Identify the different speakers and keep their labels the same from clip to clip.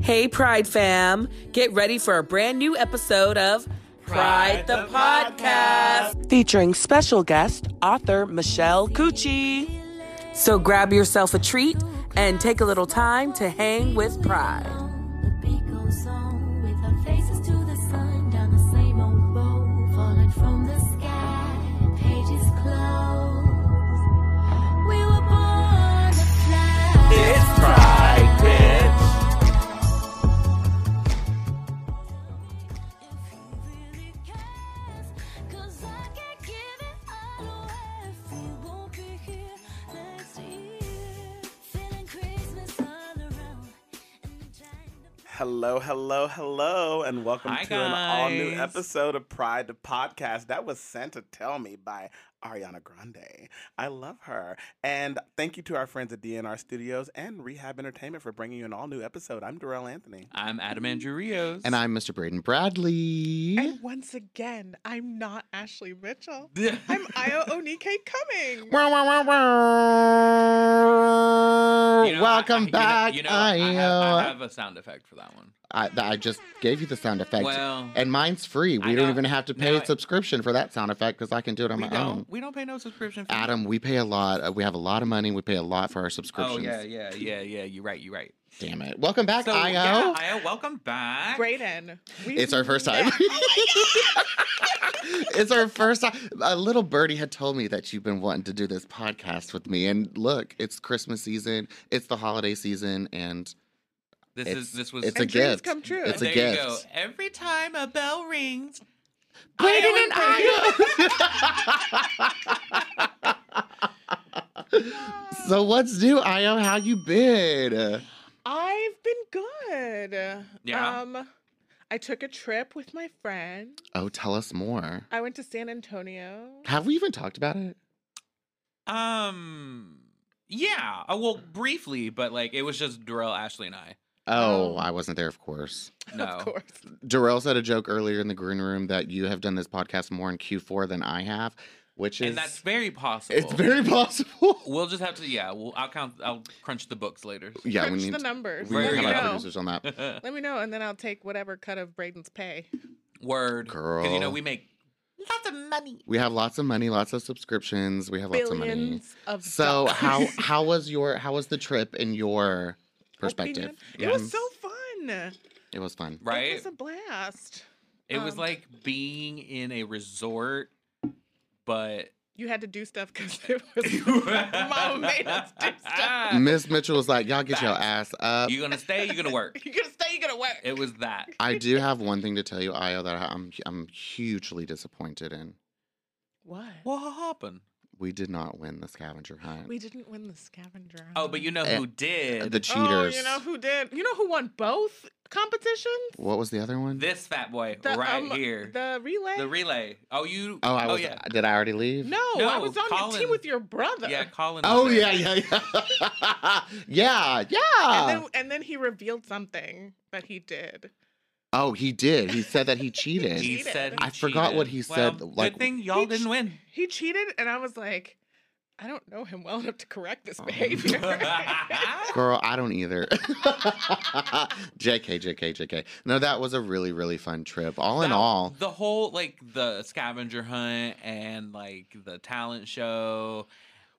Speaker 1: Hey, Pride fam. Get ready for a brand new episode of Pride, the, Podcast, featuring special guest author Michelle Cucci. So grab yourself a treat and take a little time to hang with Pride.
Speaker 2: The beat goes on with our faces to the sun down the same old road, falling from the sky. Pages close. We were born to fly.
Speaker 3: It's Pride, bitch.
Speaker 2: If he really cares, 'cause I can't give it all away if he won't be here next year. Feeling Christmas all around and trying to.
Speaker 3: Hello, hello, hello, and welcome
Speaker 4: Hi,
Speaker 3: to an all new
Speaker 4: guys.
Speaker 3: episode of Pride the Podcast. That was sent to tell me by Ariana Grande. I love her. And thank you to our friends at DNR Studios and Rehab Entertainment for bringing you an all new episode. I'm Darrell Anthony.
Speaker 4: I'm Adam Andrew Rios.
Speaker 5: And I'm Mr. Braden Bradley.
Speaker 6: And once again, I'm not Ashley Mitchell.
Speaker 4: Yeah.
Speaker 6: I'm Io Onike coming.
Speaker 5: Wah, wah, wah, wah.
Speaker 4: You know, I-
Speaker 5: Welcome
Speaker 4: I- you know-
Speaker 5: back.
Speaker 4: You know,
Speaker 5: I,
Speaker 4: I, have, I
Speaker 5: uh,
Speaker 4: have a sound effect for that one.
Speaker 5: I- th- I just gave you the sound effect.
Speaker 4: Well,
Speaker 5: and mine's free.
Speaker 4: I
Speaker 5: We don't
Speaker 4: know.
Speaker 5: even have to pay
Speaker 4: No,
Speaker 5: a
Speaker 4: I-
Speaker 5: subscription for that sound effect because I can do it on
Speaker 4: we
Speaker 5: my
Speaker 4: don't.
Speaker 5: own.
Speaker 4: We don't pay no subscription. For
Speaker 5: um, Adam, we pay a lot. Uh, We have a lot of money. We pay a lot for our
Speaker 4: Oh
Speaker 5: subscriptions.
Speaker 4: yeah, yeah, yeah, yeah. You're right. You're right.
Speaker 5: Damn it. Welcome back,
Speaker 4: So,
Speaker 5: IO.
Speaker 4: yeah, Io, welcome back.
Speaker 6: Brayden. we-
Speaker 5: It's our first time.
Speaker 6: Oh
Speaker 5: it's our first time. A little birdie had told me that you've been wanting to do this podcast with me. And look, it's Christmas season, it's the holiday season, and
Speaker 4: This
Speaker 5: It's-
Speaker 4: is this was.
Speaker 5: it's
Speaker 6: and
Speaker 5: a
Speaker 6: dreams
Speaker 5: gift.
Speaker 6: come true.
Speaker 5: It's a
Speaker 4: there you go.
Speaker 5: gift.
Speaker 4: Every time a bell rings,
Speaker 5: Braden
Speaker 4: and
Speaker 5: so what's new, Io? How you been?
Speaker 6: I've been good.
Speaker 4: Yeah?
Speaker 6: Um, I took a trip with my friend.
Speaker 5: Oh, tell us more.
Speaker 6: I went to San Antonio.
Speaker 5: Have we even talked about it?
Speaker 4: um, yeah. Oh, well, briefly, but like it was just Darrell, Ashley, and I.
Speaker 5: Oh,
Speaker 6: Oh.
Speaker 5: I wasn't there, of course.
Speaker 4: No.
Speaker 6: Of course.
Speaker 5: Darrell said a joke earlier in the green room that you have done this podcast more in Q4 than I have, which is
Speaker 4: And that's very possible.
Speaker 5: it's very possible.
Speaker 4: We'll just have to. Yeah. We'll. I'll count. I'll crunch the books later.
Speaker 5: yeah, we
Speaker 6: Crunch
Speaker 5: need
Speaker 6: the
Speaker 5: to-
Speaker 6: numbers.
Speaker 5: we need
Speaker 6: Let
Speaker 5: to
Speaker 4: There
Speaker 6: me
Speaker 4: you
Speaker 5: have our
Speaker 4: go.
Speaker 6: know.
Speaker 5: producers on that.
Speaker 6: Let me know, and then I'll take whatever cut of Brayden's pay.
Speaker 4: Word. 'Cause, you know
Speaker 5: Girl.
Speaker 4: we make lots of money.
Speaker 5: We have lots of money, lots of subscriptions. We have lots of money.
Speaker 6: Billions of
Speaker 5: So
Speaker 6: dollars.
Speaker 5: how how was your how was the trip in your perspective?
Speaker 6: Opinion. It
Speaker 5: Mhm.
Speaker 6: was so fun.
Speaker 5: It was fun.
Speaker 6: It
Speaker 4: Right.
Speaker 6: was a blast.
Speaker 4: It was
Speaker 6: Um,
Speaker 4: like being in a resort, but
Speaker 6: You had to do stuff because it was mom made us do stuff.
Speaker 5: Miss Mitchell was like, "Y'all get your ass
Speaker 4: Facts.
Speaker 5: up."
Speaker 4: You're gonna stay. You're gonna work.
Speaker 6: You're gonna stay. You're gonna work.
Speaker 4: It was that.
Speaker 5: I do have one thing to tell you, Io, that I'm I'm hugely disappointed in.
Speaker 6: What?
Speaker 4: What happened?
Speaker 5: We did not win the scavenger hunt.
Speaker 6: We didn't win the scavenger.
Speaker 4: Oh, but you know
Speaker 5: Eh,
Speaker 4: who did?
Speaker 5: the cheaters.
Speaker 6: Oh, you know who did? You know who won both competitions?
Speaker 5: What was the other one?
Speaker 4: this fat boy right
Speaker 6: um,
Speaker 4: here. The,
Speaker 6: The relay.
Speaker 4: relay. Oh, you.
Speaker 5: Oh, I was.
Speaker 4: yeah.
Speaker 5: Did I already leave?
Speaker 6: no, I
Speaker 4: No,
Speaker 6: was on your
Speaker 4: Colin.
Speaker 6: team with your brother.
Speaker 4: Yeah, Colin. was
Speaker 5: Oh
Speaker 4: there.
Speaker 5: yeah, yeah, yeah, yeah, yeah.
Speaker 6: And then, and then he revealed something that he did.
Speaker 5: oh, he did. He said that he cheated.
Speaker 4: He
Speaker 6: Cheated.
Speaker 4: said. he
Speaker 5: I forgot what
Speaker 4: cheated.
Speaker 5: he said,
Speaker 4: Well,
Speaker 5: like-
Speaker 4: good thing y'all
Speaker 6: He
Speaker 4: didn't
Speaker 6: che-
Speaker 4: win.
Speaker 6: He cheated, and I was like, I don't know him well enough to correct
Speaker 4: Oh.
Speaker 6: this behavior.
Speaker 5: Girl, I don't either. JK, JK, JK. No, that was a really, really fun trip. All in
Speaker 4: That-
Speaker 5: all,
Speaker 4: the whole like the scavenger hunt and like the talent show.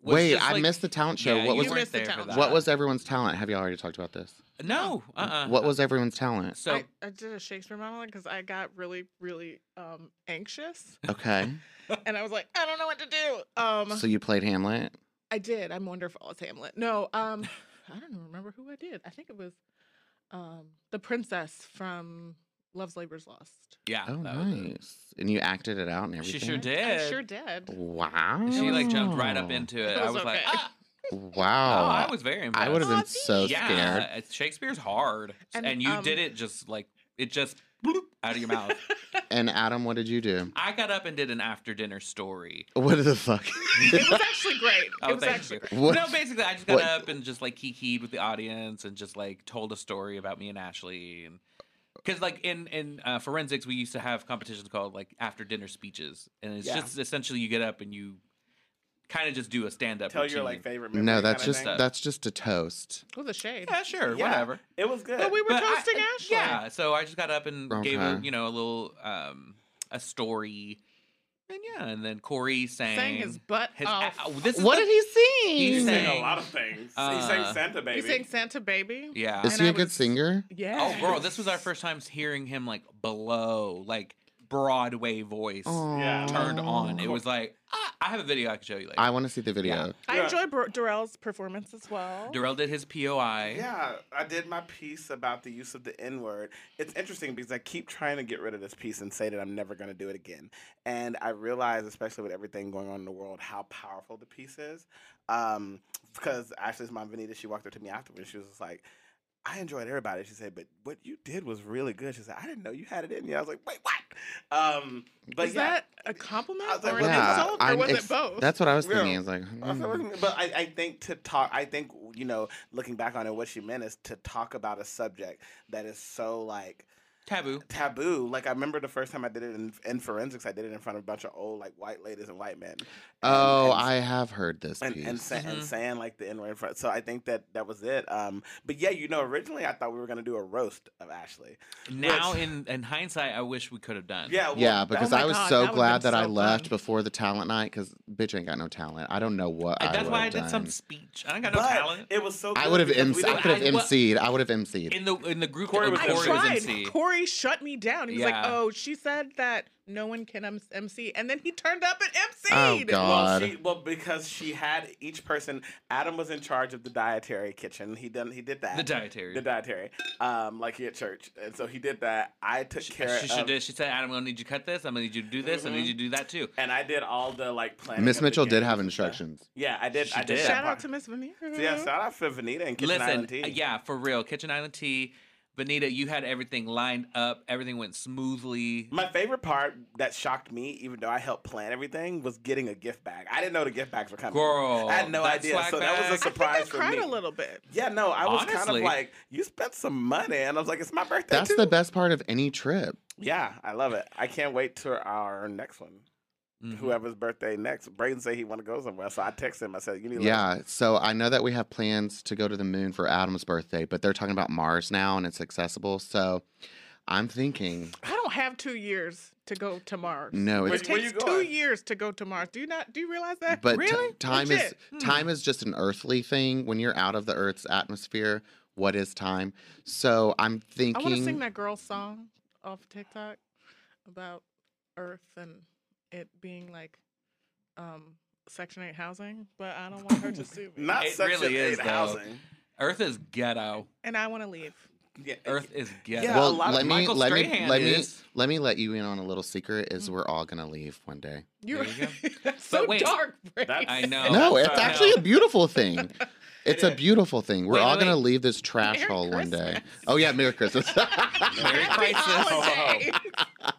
Speaker 4: was
Speaker 5: wait,
Speaker 4: just,
Speaker 5: I
Speaker 4: like-
Speaker 5: missed the talent show.
Speaker 4: Yeah,
Speaker 5: what
Speaker 4: you
Speaker 5: was
Speaker 6: were-
Speaker 4: weren't
Speaker 6: missed the
Speaker 4: there for
Speaker 6: talent
Speaker 4: that.
Speaker 6: show.
Speaker 5: what was everyone's talent? Have you already talked about this?
Speaker 4: No. Uh. uh
Speaker 5: What was everyone's talent?
Speaker 4: So
Speaker 6: I, I did a Shakespeare monologue because I got really, really um, anxious,
Speaker 5: Okay,
Speaker 6: and I was like, I don't know what to do. Um,
Speaker 5: so you played Hamlet.
Speaker 6: I did. I'm wonderful as Hamlet. No, um, I don't even remember who I did. I think it was um the princess from Love's Labor's Lost.
Speaker 4: yeah.
Speaker 5: Oh,
Speaker 4: that was it.
Speaker 5: nice. And you acted it out and everything.
Speaker 4: She sure
Speaker 6: I
Speaker 4: did.
Speaker 6: sure did.
Speaker 5: Oh. Wow.
Speaker 4: She like jumped right
Speaker 5: Oh.
Speaker 4: up into it.
Speaker 6: It
Speaker 4: I
Speaker 6: was
Speaker 4: was like,
Speaker 6: okay.
Speaker 4: ah. oh,
Speaker 5: Wow.
Speaker 4: I was very impressed.
Speaker 5: I would have been so
Speaker 4: yeah,
Speaker 5: scared.
Speaker 4: uh, Shakespeare's hard,
Speaker 6: And,
Speaker 4: and, you
Speaker 6: um,
Speaker 4: did it just like it just bloop out of your mouth.
Speaker 5: And Adam, what did you do?
Speaker 4: I got up and did an after dinner story.
Speaker 5: What the fuck?
Speaker 6: It was actually great.
Speaker 4: Oh,
Speaker 6: it was
Speaker 4: thank
Speaker 6: actually
Speaker 4: you.
Speaker 6: great.
Speaker 5: What-
Speaker 4: No, basically, I just got
Speaker 5: what-
Speaker 4: up and just like kikied with the audience and just like told a story about me and Ashley. And because like in in uh, forensics, we used to have competitions called like after dinner speeches, and it's
Speaker 3: Yeah.
Speaker 4: just essentially you get up and you kind of just do a stand up.
Speaker 3: Tell
Speaker 4: routine.
Speaker 3: your like favorite memory.
Speaker 5: No,
Speaker 3: kinda
Speaker 5: that's just
Speaker 3: thing.
Speaker 4: thing.
Speaker 5: that's just a toast.
Speaker 6: Oh, the shade.
Speaker 4: yeah, sure,
Speaker 3: Yeah,
Speaker 4: whatever.
Speaker 3: It was good.
Speaker 6: But we were
Speaker 4: But I-
Speaker 6: toasting
Speaker 4: I-
Speaker 6: Ashley.
Speaker 4: Yeah, so I just got up and gave a
Speaker 5: Okay.
Speaker 4: you know a little um a story, and yeah, and then Corey sang,
Speaker 6: Sang his butt
Speaker 4: his-
Speaker 6: off.
Speaker 4: ow, this is
Speaker 5: what
Speaker 4: the-
Speaker 5: did he
Speaker 4: He
Speaker 5: sing?
Speaker 3: he sang
Speaker 4: sang,
Speaker 3: a lot of things. he
Speaker 4: uh,
Speaker 3: sang Santa
Speaker 6: he
Speaker 3: Baby.
Speaker 6: sang Santa Baby.
Speaker 4: yeah.
Speaker 5: Is
Speaker 6: And
Speaker 5: he
Speaker 6: I
Speaker 5: a good
Speaker 6: was-
Speaker 5: singer?
Speaker 6: Yeah.
Speaker 4: oh, girl, this was our first times hearing him like below like Broadway voice
Speaker 5: Aw.
Speaker 4: turned on. It was like ah, I have a video I can show you later.
Speaker 5: I want to see the video.
Speaker 6: I
Speaker 3: Yeah.
Speaker 6: enjoy Bro- Darrell's performance as well.
Speaker 4: Darrell did his POI.
Speaker 3: Yeah, I did my piece about the use of the N word. It's interesting because I keep trying to get rid of this piece and say that I'm never going to do it again. And I realize, especially with everything going on in the world, how powerful the piece is. Um, because Ashley's mom, Vanita, she walked up to me afterwards. She was just like, I enjoyed everybody. She said, but what you did was really good. She said, I didn't know you had it in you. I was like, wait, what? Um, but
Speaker 6: is
Speaker 3: yeah.
Speaker 6: that a compliment
Speaker 3: I was like,
Speaker 6: or
Speaker 3: what
Speaker 6: an
Speaker 3: is that?
Speaker 6: insult, or
Speaker 5: I'm
Speaker 6: was
Speaker 5: ex-
Speaker 6: it both?
Speaker 5: That's what I was
Speaker 3: Yeah.
Speaker 5: thinking. I was like,
Speaker 3: I feel
Speaker 5: hmm.
Speaker 6: Mm.
Speaker 3: like- But I, I think to talk, I think, you know, looking back on it, what she meant is to talk about a subject that is so like
Speaker 4: Taboo.
Speaker 3: taboo. Like, I remember the first time I did it in, in forensics, I did it in front of a bunch of old, like, white ladies and white men.
Speaker 5: oh,
Speaker 3: and-
Speaker 5: I have heard this
Speaker 3: And,
Speaker 5: piece.
Speaker 3: and, sa- and
Speaker 4: Mhm.
Speaker 3: saying, like, the N word in front. So I think that that was it. Um, But yeah, you know, originally I thought we were going to do a roast of Ashley.
Speaker 4: Now
Speaker 3: Which-
Speaker 4: in in hindsight, I wish we could have done.
Speaker 3: Yeah. well, oh
Speaker 5: yeah,
Speaker 3: that
Speaker 5: because
Speaker 6: my
Speaker 5: I was
Speaker 6: God, that
Speaker 5: so
Speaker 6: would've
Speaker 5: glad
Speaker 6: been
Speaker 5: that I
Speaker 6: so
Speaker 5: left
Speaker 6: fun.
Speaker 5: before the talent night because bitch ain't got no talent. I don't know what.
Speaker 4: I- that's
Speaker 5: would've
Speaker 4: why I did some
Speaker 5: done.
Speaker 4: speech. I ain't got no
Speaker 3: but
Speaker 4: talent.
Speaker 3: It was so.
Speaker 5: I
Speaker 3: good
Speaker 5: would have.
Speaker 3: because
Speaker 5: MC-
Speaker 3: we
Speaker 5: I
Speaker 3: didn't-
Speaker 5: could have
Speaker 4: I- well-
Speaker 5: emceed. I would have emceed.
Speaker 4: in the in the group
Speaker 3: Corey
Speaker 4: Corey
Speaker 3: was
Speaker 4: was,
Speaker 6: I
Speaker 4: Corey was
Speaker 6: tried.
Speaker 4: MC.
Speaker 6: Corey shut me down. He was like,
Speaker 4: Yeah.
Speaker 6: "Oh, she said that no one can M- MC," and then he turned up and
Speaker 5: Oh,
Speaker 6: MC'd.
Speaker 5: God.
Speaker 3: Well,
Speaker 5: God.
Speaker 3: she, well, because she had each person. Adam was in charge of the dietary kitchen. He done. He did that.
Speaker 4: The dietary.
Speaker 3: The dietary. Um, like he at church, and so he did that. I took
Speaker 4: She,
Speaker 3: care
Speaker 4: she,
Speaker 3: of.
Speaker 4: should, she said, "Adam, I'm gonna need you to cut this. I'm gonna need you to do this.
Speaker 3: Mm-hmm.
Speaker 4: I need you to do that too."
Speaker 3: and I did all the like planning.
Speaker 5: Miss
Speaker 3: of the
Speaker 5: Mitchell did
Speaker 3: games
Speaker 5: have
Speaker 3: and stuff.
Speaker 5: instructions.
Speaker 3: Yeah, I did.
Speaker 4: She
Speaker 3: I did.
Speaker 4: did.
Speaker 3: that
Speaker 6: Shout
Speaker 3: part.
Speaker 6: out to Miss Vanita.
Speaker 3: So, yeah, shout out for Vanita and Kitchen
Speaker 4: Listen,
Speaker 3: Island Tea.
Speaker 4: uh, yeah, for real. Kitchen Island Tea, Benita, you had everything lined up. Everything went smoothly.
Speaker 3: My favorite part that shocked me, even though I helped plan everything, was getting a gift bag. I didn't know the gift bags were coming.
Speaker 4: Girl,
Speaker 3: I had no
Speaker 4: that
Speaker 3: idea.
Speaker 4: swag
Speaker 3: So that was a
Speaker 4: bag.
Speaker 3: surprise
Speaker 6: I think I
Speaker 3: for
Speaker 6: cried
Speaker 3: me.
Speaker 6: a little bit.
Speaker 3: Yeah, no, I was kind of
Speaker 4: Honestly.
Speaker 3: like, you spent some money, and I was like, it's my birthday.
Speaker 5: That's
Speaker 3: too.
Speaker 5: the best part of any trip.
Speaker 3: Yeah, I love it. I can't wait to our next one.
Speaker 4: Mhm.
Speaker 3: Whoever's birthday next. Brayden said he want to go somewhere, so I text him. I said, "You need to
Speaker 5: Yeah. So I know that we have plans to go to the moon for Adam's birthday, but they're talking about Mars now and it's accessible. So I'm thinking,
Speaker 6: I don't have two years to go to Mars.
Speaker 5: no,
Speaker 3: Where-
Speaker 5: it's
Speaker 6: It
Speaker 3: where
Speaker 6: takes
Speaker 3: you
Speaker 6: two
Speaker 3: going?
Speaker 6: years to go to Mars. Do you not? Do you realize that?
Speaker 5: but t-
Speaker 6: really,
Speaker 5: time
Speaker 6: Legit. Hmm.
Speaker 5: is time is just an earthly thing. When you're out of the Earth's atmosphere, what is time? So I'm
Speaker 6: I want to
Speaker 5: thinking.
Speaker 6: sing that girl song off TikTok about Earth and it being like um, Section Eight housing, but I don't want her to sue me.
Speaker 3: not
Speaker 4: It
Speaker 3: Section
Speaker 4: really is,
Speaker 3: eight
Speaker 4: though.
Speaker 3: housing."
Speaker 4: Earth is ghetto.
Speaker 6: and I want to leave.
Speaker 3: Yeah,
Speaker 4: Earth is ghetto.
Speaker 3: Yeah, a
Speaker 5: well,
Speaker 3: lot of
Speaker 5: let me
Speaker 4: Michael
Speaker 5: let me
Speaker 4: Strahan
Speaker 5: let me
Speaker 4: is-
Speaker 5: let me let you in on a little secret. Is we're all gonna leave one day.
Speaker 6: You're
Speaker 4: There you
Speaker 6: that's so
Speaker 4: But wait,
Speaker 6: dark. Bray.
Speaker 3: that's-
Speaker 4: Oh, I know.
Speaker 5: no,
Speaker 3: that's
Speaker 5: it's
Speaker 3: right.
Speaker 5: actually a beautiful thing. It's a beautiful thing. We're
Speaker 4: Wait,
Speaker 5: all
Speaker 4: wait,
Speaker 5: gonna
Speaker 4: wait.
Speaker 5: leave this trash
Speaker 6: Merry
Speaker 5: hole one day.
Speaker 6: Christmas.
Speaker 5: Oh yeah, Merry Christmas.
Speaker 4: Merry
Speaker 6: Happy
Speaker 4: crisis.
Speaker 6: holiday.
Speaker 4: oh.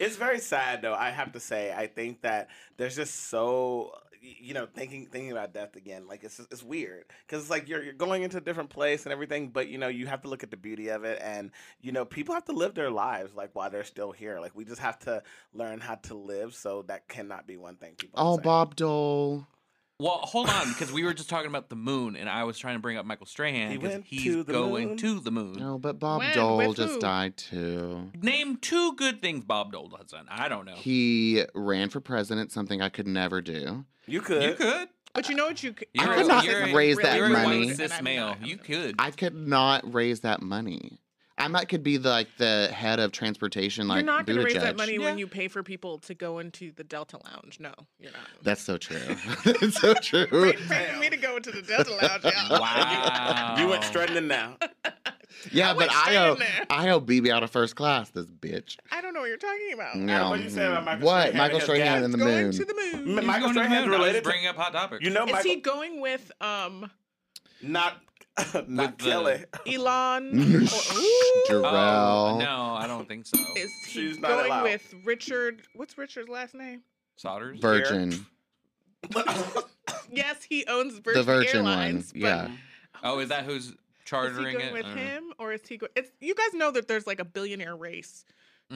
Speaker 3: It's very sad though. I have to say, I think that there's just so y- you know thinking thinking about death again. Like it's it's weird because it's like you're you're going into a different place and everything, but you know you have to look at the beauty of it, and you know people have to live their lives like while they're still here. Like we just have to learn how to live. So that cannot be one thing. People.
Speaker 5: oh,
Speaker 3: say.
Speaker 5: Bob Dole.
Speaker 4: Well, hold on, because we were just talking about the moon, and I was trying to bring up Michael Strahan
Speaker 3: He
Speaker 4: because
Speaker 3: went
Speaker 4: he's
Speaker 3: to the
Speaker 4: going
Speaker 3: moon.
Speaker 4: to the moon.
Speaker 5: No, Oh, but Bob
Speaker 6: When?
Speaker 5: Dole
Speaker 6: With
Speaker 5: just
Speaker 6: who?
Speaker 5: died too.
Speaker 4: Name two good things Bob Dole has done. I don't know.
Speaker 5: He ran for president, something I could never do.
Speaker 3: you could.
Speaker 4: you could.
Speaker 6: But you know what? You c-
Speaker 4: You're
Speaker 5: I could
Speaker 4: a-
Speaker 5: not
Speaker 4: you're a-
Speaker 5: raise
Speaker 4: you're
Speaker 5: that
Speaker 4: a white
Speaker 5: money.
Speaker 6: and
Speaker 4: Cis
Speaker 6: I'm
Speaker 4: male,
Speaker 6: not.
Speaker 4: you could.
Speaker 5: I could not raise that money. I might could be the, like the head of transportation, like
Speaker 6: you're not going to raise that
Speaker 5: Buttigieg.
Speaker 6: money when
Speaker 4: Yeah.
Speaker 6: you pay for people to go into the Delta Lounge. No, you're not.
Speaker 5: That's so true. That's so true.
Speaker 6: Wait, pay for me to go into the Delta Lounge. y'all.
Speaker 4: wow.
Speaker 3: You went strutting now.
Speaker 5: Yeah,
Speaker 6: I
Speaker 5: but
Speaker 6: went
Speaker 5: I
Speaker 6: straight
Speaker 5: owe
Speaker 6: in there.
Speaker 5: I owe BB out of first class. This bitch.
Speaker 6: I don't know what you're talking about.
Speaker 5: No.
Speaker 3: what you say about Michael
Speaker 5: What?
Speaker 3: Strahan
Speaker 5: Michael
Speaker 3: and his
Speaker 5: Strahan
Speaker 3: dad?
Speaker 5: and the
Speaker 6: Going
Speaker 5: moon.
Speaker 6: to the moon.
Speaker 3: M- Michael
Speaker 4: He's going to the
Speaker 3: Strahan's
Speaker 4: moon. I was
Speaker 3: related to-
Speaker 4: Bringing up hot topics.
Speaker 3: You know,
Speaker 6: Is
Speaker 3: Michael,
Speaker 6: he going with um
Speaker 3: not
Speaker 4: Not
Speaker 3: not
Speaker 4: the-
Speaker 3: Kelly.
Speaker 6: Elon? or- ooh,
Speaker 5: Darrell.
Speaker 4: Oh, no, I don't think so.
Speaker 6: is he
Speaker 3: She's not
Speaker 6: going
Speaker 3: allowed.
Speaker 6: with Richard? What's Richard's last name?
Speaker 4: Solders.
Speaker 5: Virgin.
Speaker 6: Yes, he owns Virgin,
Speaker 5: the Virgin one.
Speaker 6: Airlines. But
Speaker 5: Yeah.
Speaker 4: Oh, is that who's
Speaker 6: Is he
Speaker 4: chartering
Speaker 6: going
Speaker 4: it?
Speaker 6: with
Speaker 4: I don't know.
Speaker 6: him, or is he going? It's you guys know that there's like a billionaire race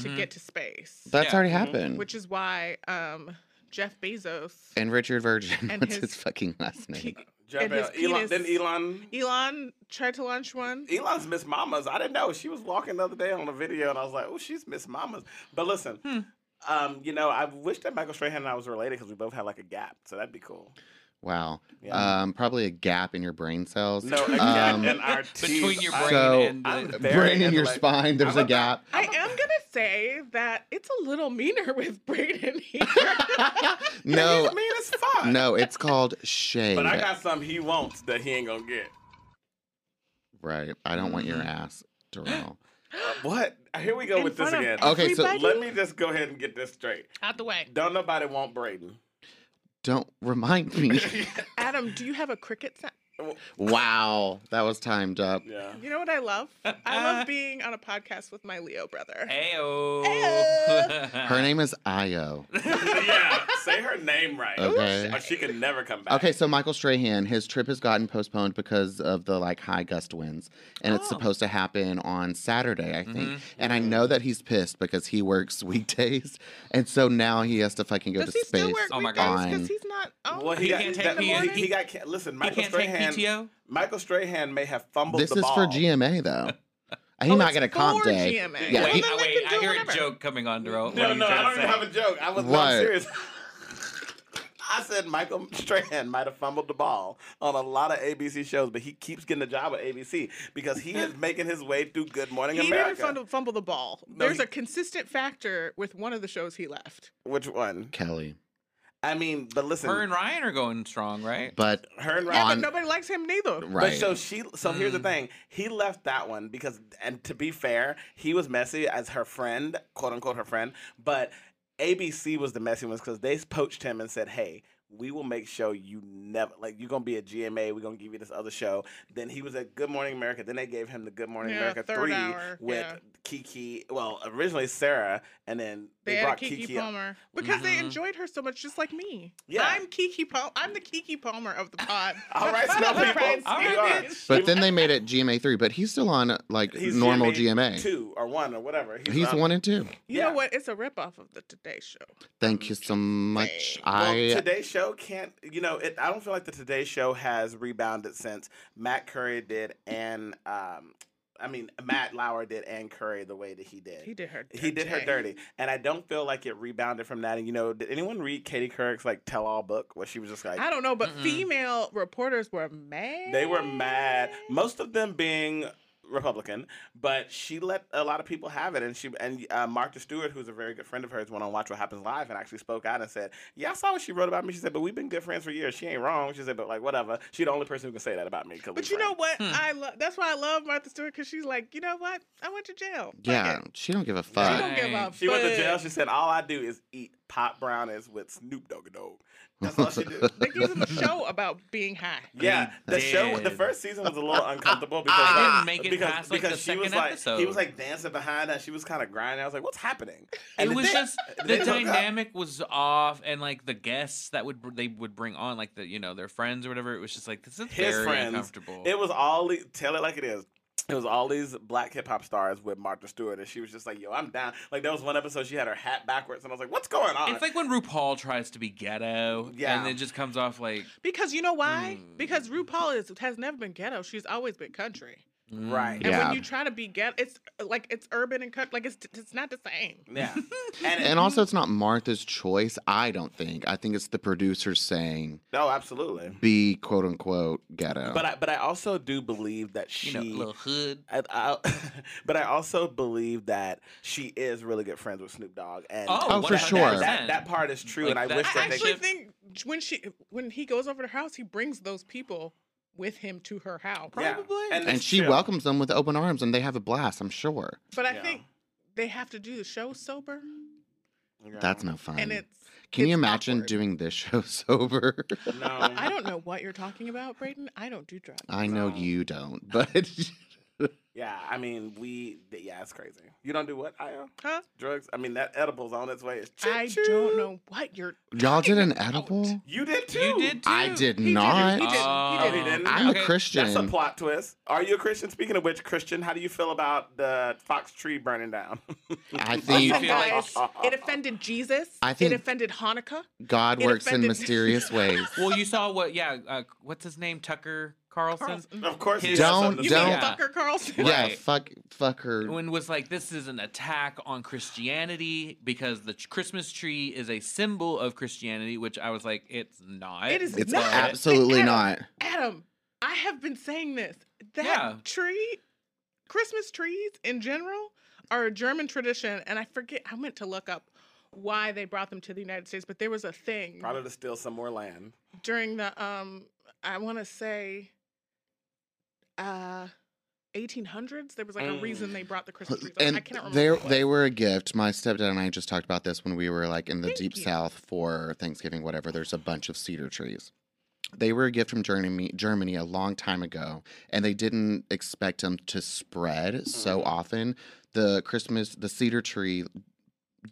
Speaker 6: to
Speaker 4: Mhm.
Speaker 6: get to space,
Speaker 5: That's
Speaker 4: Yeah.
Speaker 6: Mm-hmm.
Speaker 5: already
Speaker 3: Mhm.
Speaker 5: happened.
Speaker 6: which is why um Jeff Bezos,
Speaker 5: And Richard Virgin.
Speaker 6: And
Speaker 5: What's his,
Speaker 6: his-
Speaker 5: fucking last name?
Speaker 6: He-
Speaker 3: Jeff
Speaker 6: And his
Speaker 3: Bezos- Elon, then
Speaker 6: penis.
Speaker 3: Elon.
Speaker 6: Elon tried to launch one.
Speaker 3: Elon's Miss Mamas. I didn't know. She was walking the other day on a video and I was like, oh, she's Miss Mamas. But listen,
Speaker 6: Hmm.
Speaker 3: um, you know, I wish that Michael Strahan and I was related because we both had like a gap. So that'd be cool.
Speaker 5: Wow.
Speaker 3: Yeah.
Speaker 5: Um, probably a gap in your brain cells.
Speaker 3: No, a gap
Speaker 5: Um,
Speaker 3: in our teeth.
Speaker 4: Between your brain
Speaker 5: So-
Speaker 4: and the,
Speaker 3: I'm- very
Speaker 5: brain in your
Speaker 3: intellect-
Speaker 5: spine. There's
Speaker 3: I'm
Speaker 5: a
Speaker 3: a-
Speaker 5: gap.
Speaker 6: I am gonna say that it's a little meaner with Braden here.
Speaker 3: I,
Speaker 5: no,
Speaker 3: he's mean as fuck.
Speaker 5: no, it's called shade.
Speaker 3: But I got some he wants that he ain't gonna get.
Speaker 5: right. I don't want your
Speaker 3: Mm-hmm.
Speaker 5: ass, Darrell.
Speaker 3: What? Here we go
Speaker 6: In
Speaker 3: with this
Speaker 6: front
Speaker 3: again.
Speaker 6: of
Speaker 5: Okay, so-
Speaker 6: everybody?
Speaker 3: Let me just go ahead and get this straight.
Speaker 6: out the way.
Speaker 3: Don't nobody want Braden.
Speaker 5: Don't remind me.
Speaker 6: Adam, do you have a cricket sound?
Speaker 5: wow, that was timed up.
Speaker 3: Yeah.
Speaker 6: You know what I love? I love being on a podcast with my Leo brother.
Speaker 4: Ayo.
Speaker 5: Her name is Io.
Speaker 3: yeah. Say her name right.
Speaker 5: Okay.
Speaker 3: Or she can never come back.
Speaker 5: Okay, so Michael Strahan, his trip has gotten postponed because of the like high gust winds, and it's
Speaker 4: Oh.
Speaker 5: supposed to happen on Saturday, I think.
Speaker 4: Mhm.
Speaker 5: And I know that he's pissed because he works weekdays, and so now he has to fucking go
Speaker 6: Does
Speaker 5: to
Speaker 6: he
Speaker 5: space.
Speaker 6: still work
Speaker 4: Oh my
Speaker 6: weekends?
Speaker 5: God.
Speaker 6: Because he's not. Oh,
Speaker 3: Well, he,
Speaker 4: He
Speaker 3: got,
Speaker 4: can't take
Speaker 3: that-
Speaker 4: P-
Speaker 3: he,
Speaker 4: he-
Speaker 3: he got. can- Listen,
Speaker 4: He
Speaker 3: Michael
Speaker 4: can't take
Speaker 3: Strahan.
Speaker 4: PTO.
Speaker 3: Michael Strahan may have fumbled
Speaker 5: This
Speaker 3: the
Speaker 5: is
Speaker 3: ball.
Speaker 5: for GMA though. He's
Speaker 6: Oh,
Speaker 5: not
Speaker 6: it's
Speaker 5: gonna comp
Speaker 6: for
Speaker 5: day.
Speaker 6: GMA.
Speaker 5: Yeah,
Speaker 6: Well,
Speaker 5: he-
Speaker 4: wait,
Speaker 6: then
Speaker 4: I-
Speaker 6: they
Speaker 4: wait,
Speaker 6: can
Speaker 4: I
Speaker 6: do
Speaker 4: hear
Speaker 6: whatever.
Speaker 4: a joke coming on, Darrell. What
Speaker 3: No,
Speaker 4: are you
Speaker 3: no, I
Speaker 4: trying
Speaker 3: don't
Speaker 4: to
Speaker 3: even
Speaker 4: say?
Speaker 3: have a joke. I was no,
Speaker 5: What?
Speaker 3: I'm serious. I said Michael Strahan might have fumbled the ball on a lot of ABC shows, but he keeps getting a job at ABC because he is making his way through Good Morning
Speaker 6: He
Speaker 3: America.
Speaker 6: didn't fumble, fumble the ball. There's
Speaker 3: he-
Speaker 6: a consistent factor with one of the shows he left.
Speaker 3: Which one?
Speaker 5: Kelly.
Speaker 3: I mean, but listen,
Speaker 4: Her and Ryan are going strong, right?
Speaker 5: But
Speaker 3: her and
Speaker 6: Yeah,
Speaker 3: Ryan.
Speaker 5: On-
Speaker 6: but nobody likes him neither.
Speaker 5: right.
Speaker 3: But so she, so here's
Speaker 6: Mm.
Speaker 3: the thing. He left that one because, and to be fair, he was messy as her friend, quote unquote, her friend. But ABC was the messy ones because they poached him and said, "Hey, we will make sure you never like you're gonna be a GMA. We're gonna give you this other show." Then he was at Good Morning America. Then they gave him the Good Morning
Speaker 6: Yeah,
Speaker 3: America
Speaker 6: third
Speaker 3: three
Speaker 6: hour,
Speaker 3: with
Speaker 6: yeah.
Speaker 3: Kiki. Well, originally Sarah, and then
Speaker 6: They,
Speaker 3: they,
Speaker 6: had a
Speaker 3: brought
Speaker 6: Kiki,
Speaker 3: Kiki. up.
Speaker 6: Palmer because they
Speaker 4: Mhm.
Speaker 6: enjoyed her so much, just like me.
Speaker 3: Yeah.
Speaker 6: I'm Kiki Palmer. I'm the Kiki Palmer of the pod.
Speaker 3: All right, snow
Speaker 6: That's
Speaker 3: people.
Speaker 6: right,
Speaker 4: All
Speaker 3: you
Speaker 4: right,
Speaker 3: are.
Speaker 4: bitch.
Speaker 5: But then they made it GMA three, but he's still on like
Speaker 3: He's
Speaker 5: normal GMA.
Speaker 3: two or one or whatever.
Speaker 5: He's
Speaker 3: on-
Speaker 5: one and two.
Speaker 6: You
Speaker 3: Yeah.
Speaker 6: know what? It's a ripoff of the Today Show.
Speaker 5: Thank you so much.
Speaker 3: Well,
Speaker 5: I
Speaker 3: Today Show can't. You know, it, I don't feel like the Today Show has rebounded since Matt Curry did, and um, I mean Matt Lauer did, and Curry the way that he did.
Speaker 6: He did her. Dirty.
Speaker 3: He did her dirty, and I don't feel like it rebounded from that. And you know, did anyone read Katie Couric's like tell-all book where she was just like,
Speaker 6: I don't know, but
Speaker 4: Mm-mm.
Speaker 6: female reporters were mad.
Speaker 3: they were mad, most of them being Republican, but she let a lot of people have it. And she and uh, Martha Stewart, who's a very good friend of hers, went on Watch What Happens Live and actually spoke out and said, "Yeah, I saw what she wrote about me." She said, "But we've been good friends for years. She ain't wrong." She said, "But like, whatever." She the only person who can say that about me. 'cause
Speaker 6: But
Speaker 3: we
Speaker 6: you know
Speaker 3: friends."
Speaker 6: what?
Speaker 4: Hmm.
Speaker 6: I love. That's why I love Martha Stewart because she's like, you know what? I went to jail. Fuck
Speaker 5: yeah,
Speaker 6: it.
Speaker 5: she don't give a
Speaker 6: She
Speaker 5: fuck.
Speaker 6: don't give
Speaker 4: Dang.
Speaker 6: a
Speaker 3: She went to
Speaker 6: fuck.
Speaker 3: jail. She said, "All I do is eat pot brownies with Snoop Doggy Dogg." That's all she do.
Speaker 6: They gave them a show about being high.
Speaker 3: Yeah, the show, the
Speaker 4: did.
Speaker 3: first season was a little uncomfortable because
Speaker 4: I
Speaker 3: like,
Speaker 4: didn't make it
Speaker 3: because,
Speaker 4: past, like,
Speaker 3: because
Speaker 4: the
Speaker 3: she was
Speaker 4: second
Speaker 3: like he
Speaker 4: episode.
Speaker 3: was like dancing behind her. She was kind of grinding. I was like, "What's happening?"
Speaker 4: it
Speaker 3: the
Speaker 4: was
Speaker 3: thing-
Speaker 4: just the
Speaker 3: they hooked up.
Speaker 4: dynamic was off, and like the guests that would br- they would bring on, like the you know their friends or whatever. It was just like this is
Speaker 3: His
Speaker 4: very
Speaker 3: friends.
Speaker 4: uncomfortable.
Speaker 3: It was all the- tell it like it is. It was all these black hip hop stars with Martha Stewart, and she was just like, "Yo, I'm down." Like there was one episode she had her hat backwards, and I was like, "What's going on?"
Speaker 4: it's like when RuPaul tries to be ghetto,
Speaker 3: Yeah.
Speaker 4: and it just comes off like
Speaker 6: Because you know why?
Speaker 5: Hmm.
Speaker 4: Mm.
Speaker 6: Because RuPaul is, has never been ghetto. She's always been country.
Speaker 4: mm,
Speaker 3: Right.
Speaker 6: And
Speaker 5: Yeah.
Speaker 6: when you try to be ghetto, it's like it's urban and country. Like it's it's not the same.
Speaker 3: yeah, and,
Speaker 5: And also, it's not Martha's choice. I don't think. I think it's the producers saying
Speaker 3: no, absolutely.
Speaker 5: be quote unquote ghetto.
Speaker 3: But I, but I also do believe that she
Speaker 4: You know, little hood.
Speaker 3: I, I, but I also believe that she is really good friends with Snoop Dogg, and
Speaker 5: Oh, for
Speaker 3: that, that-
Speaker 5: sure.
Speaker 3: that, that part is true.
Speaker 4: Like
Speaker 3: and I
Speaker 4: that-
Speaker 3: wish
Speaker 6: I
Speaker 3: that
Speaker 6: actually
Speaker 3: they,
Speaker 6: think when she when he goes over to her house, he brings those people with him to her house.
Speaker 3: yeah.
Speaker 4: probably.
Speaker 5: and
Speaker 3: it's
Speaker 5: she
Speaker 3: chill.
Speaker 5: welcomes them with open arms, and they have a blast. I'm sure.
Speaker 6: But I
Speaker 3: Yeah.
Speaker 6: think they have to do the show sober,
Speaker 3: Yeah.
Speaker 5: That's no fun.
Speaker 6: and it's
Speaker 5: Hmm. Can you
Speaker 6: it's
Speaker 5: imagine
Speaker 6: awkward.
Speaker 5: doing this show sober?
Speaker 3: no.
Speaker 6: I don't know what you're talking about, Braden. I don't do drugs.
Speaker 5: I know
Speaker 3: No.
Speaker 5: you don't, but
Speaker 3: Yeah, I mean, we, th- yeah, it's crazy. You don't do what, Io?
Speaker 6: Huh?
Speaker 3: Drugs? I mean, that edible's on its way. It's
Speaker 6: I
Speaker 3: choo-choo.
Speaker 6: don't know what you're.
Speaker 5: Y'all did an
Speaker 6: about?
Speaker 5: edible?
Speaker 3: You did too.
Speaker 4: You did too.
Speaker 5: I did
Speaker 6: He did it.
Speaker 5: not. Uh,
Speaker 6: He did.
Speaker 4: Oh.
Speaker 6: He did.
Speaker 3: He didn't.
Speaker 5: I'm
Speaker 4: Okay,
Speaker 5: a
Speaker 3: That's a
Speaker 5: Christian.
Speaker 3: plot twist. Are you a Christian? Speaking of which, Christian, how do you feel about the fox tree burning down?
Speaker 5: I
Speaker 4: You
Speaker 5: think
Speaker 6: Listen,
Speaker 4: feel like-
Speaker 6: guys, it offended Jesus.
Speaker 5: I think-
Speaker 6: it offended Hanukkah.
Speaker 5: God
Speaker 6: It
Speaker 5: works in
Speaker 6: offended-
Speaker 5: mysterious ways.
Speaker 4: Well, you saw what? Yeah, uh, what's his name? Tucker Carlson.
Speaker 6: Carlson.
Speaker 3: of course, he
Speaker 4: His-
Speaker 3: has something
Speaker 6: You
Speaker 3: to say.
Speaker 5: Don't-
Speaker 6: mean fucker Carlson?
Speaker 5: Yeah,
Speaker 4: Right.
Speaker 5: fuck, fuck her.
Speaker 4: When was like this is an attack on Christianity because the ch- Christmas tree is a symbol of Christianity, which I was like, it's not.
Speaker 6: It is
Speaker 5: It's
Speaker 6: not.
Speaker 5: absolutely
Speaker 6: Adam,
Speaker 5: not.
Speaker 6: Adam, I have been saying this. That
Speaker 4: Yeah.
Speaker 6: tree, Christmas trees in general, are a German tradition, and I forget. I meant to look up why they brought them to the United States, but there was a thing
Speaker 3: Probably to steal some more land.
Speaker 6: during the um, I want to say, uh. 1800s. There was like a
Speaker 3: Mm.
Speaker 6: reason they brought the Christmas trees. I
Speaker 5: And
Speaker 6: cannot remember.
Speaker 5: they
Speaker 6: what it
Speaker 5: they
Speaker 6: was.
Speaker 5: were a gift. My stepdad and I just talked about this when we were like in the
Speaker 6: Thank
Speaker 5: deep
Speaker 6: you.
Speaker 5: south for Thanksgiving, whatever. There's a bunch of cedar trees. They were a gift from Germany, Germany a long time ago, and they didn't expect them to spread so
Speaker 6: Mm-hmm.
Speaker 5: often. The Christmas, the cedar tree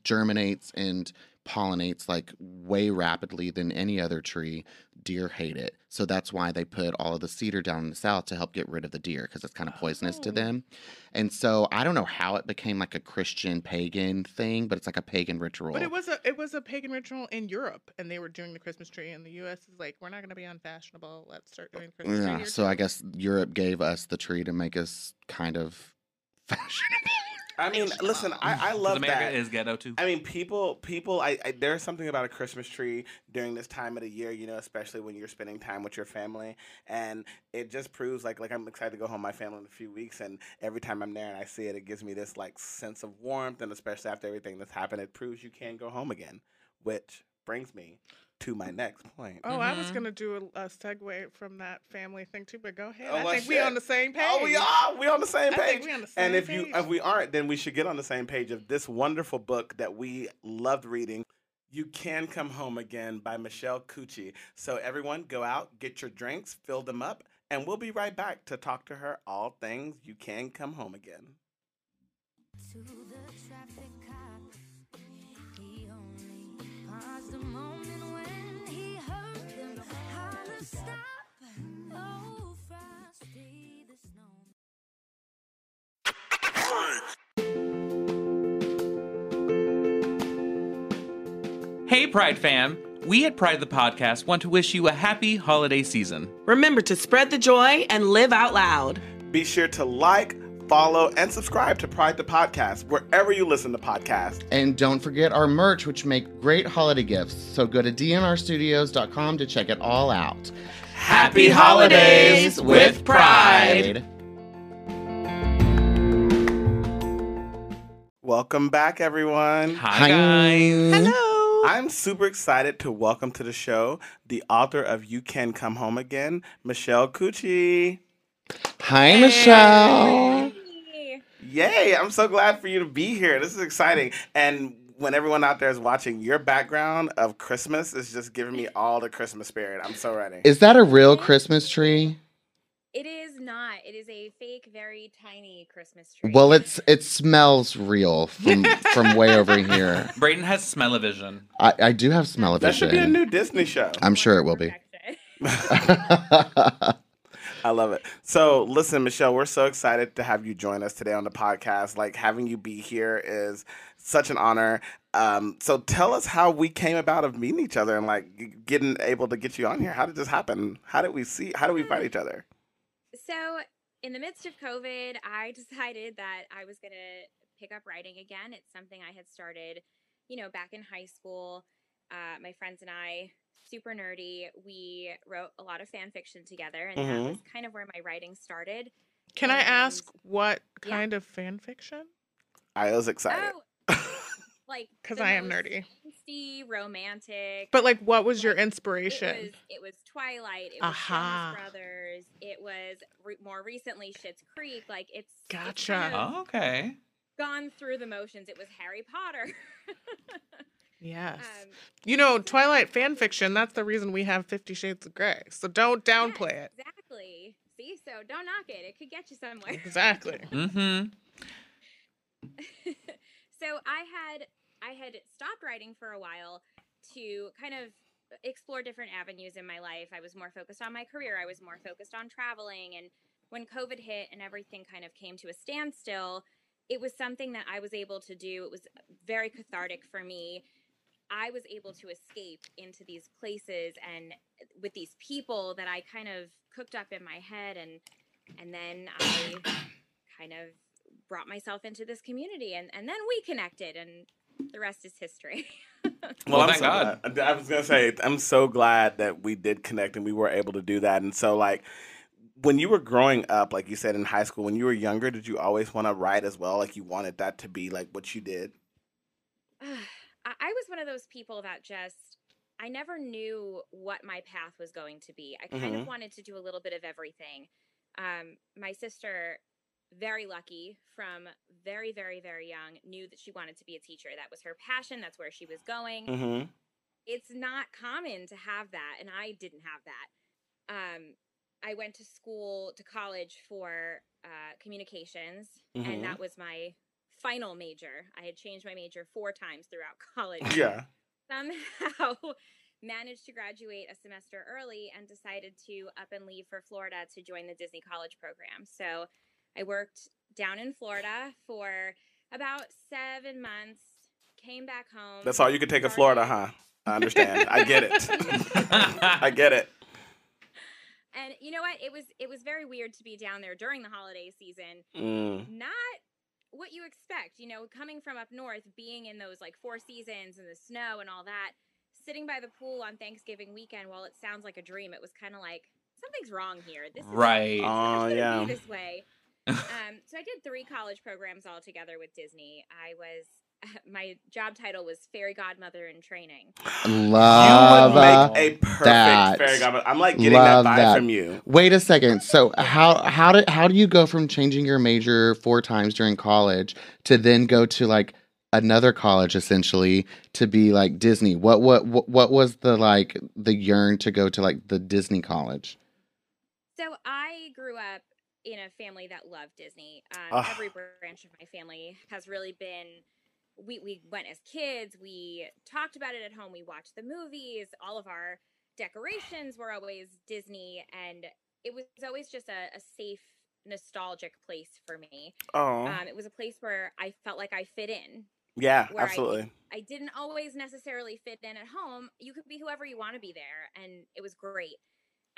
Speaker 5: germinates and pollinates like way rapidly than any other tree. Deer hate it. So that's why they put all of the cedar down in the south to help get rid of the deer because it's kind of poisonous to
Speaker 6: Oh.
Speaker 5: them. And so I don't know how it became like a Christian pagan thing, but it's like a pagan ritual.
Speaker 6: But it was a it was a pagan ritual in Europe, and they were doing the Christmas tree. And the U.S. is like, we're not going to be unfashionable. Let's start doing the Christmas tree.
Speaker 5: yeah,
Speaker 6: here,
Speaker 5: so I
Speaker 6: too."
Speaker 5: guess Europe gave us the tree to make us kind of fashionable.
Speaker 3: I mean, listen, I, I
Speaker 4: 'Cause
Speaker 3: love
Speaker 4: America
Speaker 3: that.
Speaker 4: is ghetto too.
Speaker 3: I mean, people, people. I, I there's something about a Christmas tree during this time of the year, you know, especially when you're spending time with your family, and it just proves like like I'm excited to go home with my family in a few weeks, and every time I'm there and I see it, it gives me this like sense of warmth, and especially after everything that's happened, it proves you can go home again, which brings me to my next point.
Speaker 6: Oh, I was
Speaker 7: Mm-hmm.
Speaker 4: Mhm.
Speaker 6: going to do a, a segue from that family thing too, but go ahead.
Speaker 3: Oh,
Speaker 6: I
Speaker 3: well,
Speaker 6: think we on
Speaker 3: shit.
Speaker 6: the same page.
Speaker 3: Oh, we are. We on the same
Speaker 6: I
Speaker 3: page.
Speaker 6: think we on the same
Speaker 3: and if you
Speaker 6: page.
Speaker 3: if we aren't, then we should get on the same page of this wonderful book that we loved reading. You Can Come Home Again by Michelle Cucci. So everyone go out, get your drinks, fill them up, and we'll be right back to talk to her all things You Can Come Home Again.
Speaker 2: to the traffic cop. He only paused a moment when he heard them holler stop. Oh, Frosty the Snowman.
Speaker 4: Hey, Pride fam! We at Pride the Podcast want to wish you a happy holiday season.
Speaker 1: Remember to spread the joy and live out loud.
Speaker 3: Be sure to like, follow, and subscribe to Pride the Podcast wherever you listen to podcasts.
Speaker 5: And don't forget our merch, which make great holiday gifts. So go to dnrstudios.com to check it all out.
Speaker 4: Happy holidays with pride.
Speaker 3: Welcome back, everyone.
Speaker 4: Hi, guys.
Speaker 5: Hello.
Speaker 3: I'm super excited to welcome to the show the author of You Can Come Home Again, Michelle Cucci.
Speaker 5: Hi, Michelle.
Speaker 3: Yay! I'm so glad for you to be here. This is exciting. And when everyone out there is watching, your background of Christmas is just giving me all the Christmas spirit. I'm so ready.
Speaker 5: Is that a real Christmas tree?
Speaker 7: It is not. It is a fake, very tiny Christmas tree.
Speaker 5: Well, it's it smells real from from way over here.
Speaker 4: Brayden has smell-o-vision.
Speaker 5: I, I do have smell of
Speaker 3: that should be a new Disney show.
Speaker 5: I'm sure it will be.
Speaker 7: Perfection.
Speaker 3: I love it. So, listen, Michelle, we're so excited to have you join us today on the podcast. Like, having you be here is such an honor. Um, so, tell us how we came about of meeting each other and like g- getting able to get you on here. How did this happen? How did we see? How did we find each other?
Speaker 7: So, in the midst of COVID, I decided that I was going to pick up writing again. It's something I had started, you know, back in high school. Uh, my friends and I, super nerdy, we wrote a lot of fan fiction together, and
Speaker 3: Mhm.
Speaker 7: that
Speaker 5: Mm-hmm.
Speaker 7: was kind of where my writing started.
Speaker 6: Can I ask
Speaker 7: And-
Speaker 6: what
Speaker 7: Yeah.
Speaker 6: kind of fan fiction?
Speaker 3: I was excited.
Speaker 7: Oh, like
Speaker 6: 'Cause
Speaker 7: the
Speaker 6: I am
Speaker 7: most
Speaker 6: nerdy.
Speaker 7: angsty, romantic,
Speaker 6: But like, what was your
Speaker 7: Like, it
Speaker 6: inspiration?
Speaker 7: It was, it was Twilight. It was Jonas
Speaker 6: Aha.
Speaker 7: Brothers. It was re- more recently Schitt's Creek. Like it's it's
Speaker 6: Gotcha.
Speaker 7: kind of
Speaker 4: Oh, okay.
Speaker 7: gone through the motions. It was Harry Potter.
Speaker 6: yes.
Speaker 7: um,
Speaker 6: you know, Twilight fan fiction. That's the reason we have Fifty Shades of Grey. So don't downplay it.
Speaker 7: Exactly. See, so don't knock it. It could get you somewhere.
Speaker 6: Exactly.
Speaker 4: Mm-hmm.
Speaker 7: so I had I had stopped writing for a while to kind of explore different avenues in my life. I was more focused on my career. I was more focused on traveling and when COVID hit and everything kind of came to a standstill, it was something that I was able to do. It was very cathartic for me. I was able to escape into these places and with these people that I kind of cooked up in my head and and then I kind of brought myself into this community and, and then we connected and the rest is history.
Speaker 4: Well,
Speaker 3: I'm
Speaker 4: thank
Speaker 3: so
Speaker 4: God.
Speaker 3: glad- I was gonna say I'm so glad that we did connect and we were able to do that. And so, like, when you were growing up, like you said in high school, when you were younger, did you always want to write as well? Like you wanted that to be like what you did.
Speaker 7: Ugh, I I was one of those people that just I never knew what my path was going to be. I kind
Speaker 3: Mhm.
Speaker 7: of wanted to do a little bit of everything. Um, my sister, very lucky from very, very, very young, knew that she wanted to be a teacher. That was her passion. That's where she was going.
Speaker 3: Mm-hmm.
Speaker 7: It's not common to have that, and I didn't have that. Um, I went to school to college for uh, communications,
Speaker 3: Mhm.
Speaker 7: and that was my final major. I had changed my major four times throughout college
Speaker 3: Yeah.
Speaker 7: somehow managed to graduate a semester early and decided to up and leave for Florida to join the Disney College program. So I worked down in Florida for about seven months, came back home.
Speaker 3: That's all you could take of
Speaker 7: started-
Speaker 3: Florida, huh? I understand. I get it. I get it.
Speaker 7: And you know what? It was it was very weird to be down there during the holiday season.
Speaker 3: Mm.
Speaker 7: Not what you expect, you know, coming from up north, being in those like four seasons and the snow and all that. Sitting by the pool on Thanksgiving weekend, while it sounds like a dream, it was kind of like something's wrong here. This is
Speaker 4: Right.
Speaker 3: Uh,
Speaker 7: It's
Speaker 3: Oh,
Speaker 7: not gonna
Speaker 3: yeah.
Speaker 7: be this way. um, so I did three college programs all together with Disney. I was my job title was fairy godmother in training.
Speaker 3: You
Speaker 5: Love.
Speaker 3: would
Speaker 5: uh,
Speaker 3: make a perfect
Speaker 5: that.
Speaker 3: fairy godmother. I'm like getting
Speaker 5: Love
Speaker 3: that vibe
Speaker 5: that.
Speaker 3: from you.
Speaker 5: Wait a second. So how how did how do you go from changing your major four times during college to then go to like another college essentially to be like Disney? What what what, what was the like the yearn to go to like the Disney college?
Speaker 7: So I grew up in a family that loved Disney. Um,
Speaker 3: Ah.
Speaker 7: Every branch of my family has really been. We we went as kids. We talked about it at home. We watched the movies. All of our decorations were always Disney, and it was always just a, a safe, nostalgic place for me.
Speaker 3: Oh,
Speaker 7: Um, it was a place where I felt like I fit in.
Speaker 3: yeah,
Speaker 7: where I
Speaker 3: absolutely.
Speaker 7: I didn't always necessarily fit in at home. You could be whoever you want to be there, and it was great.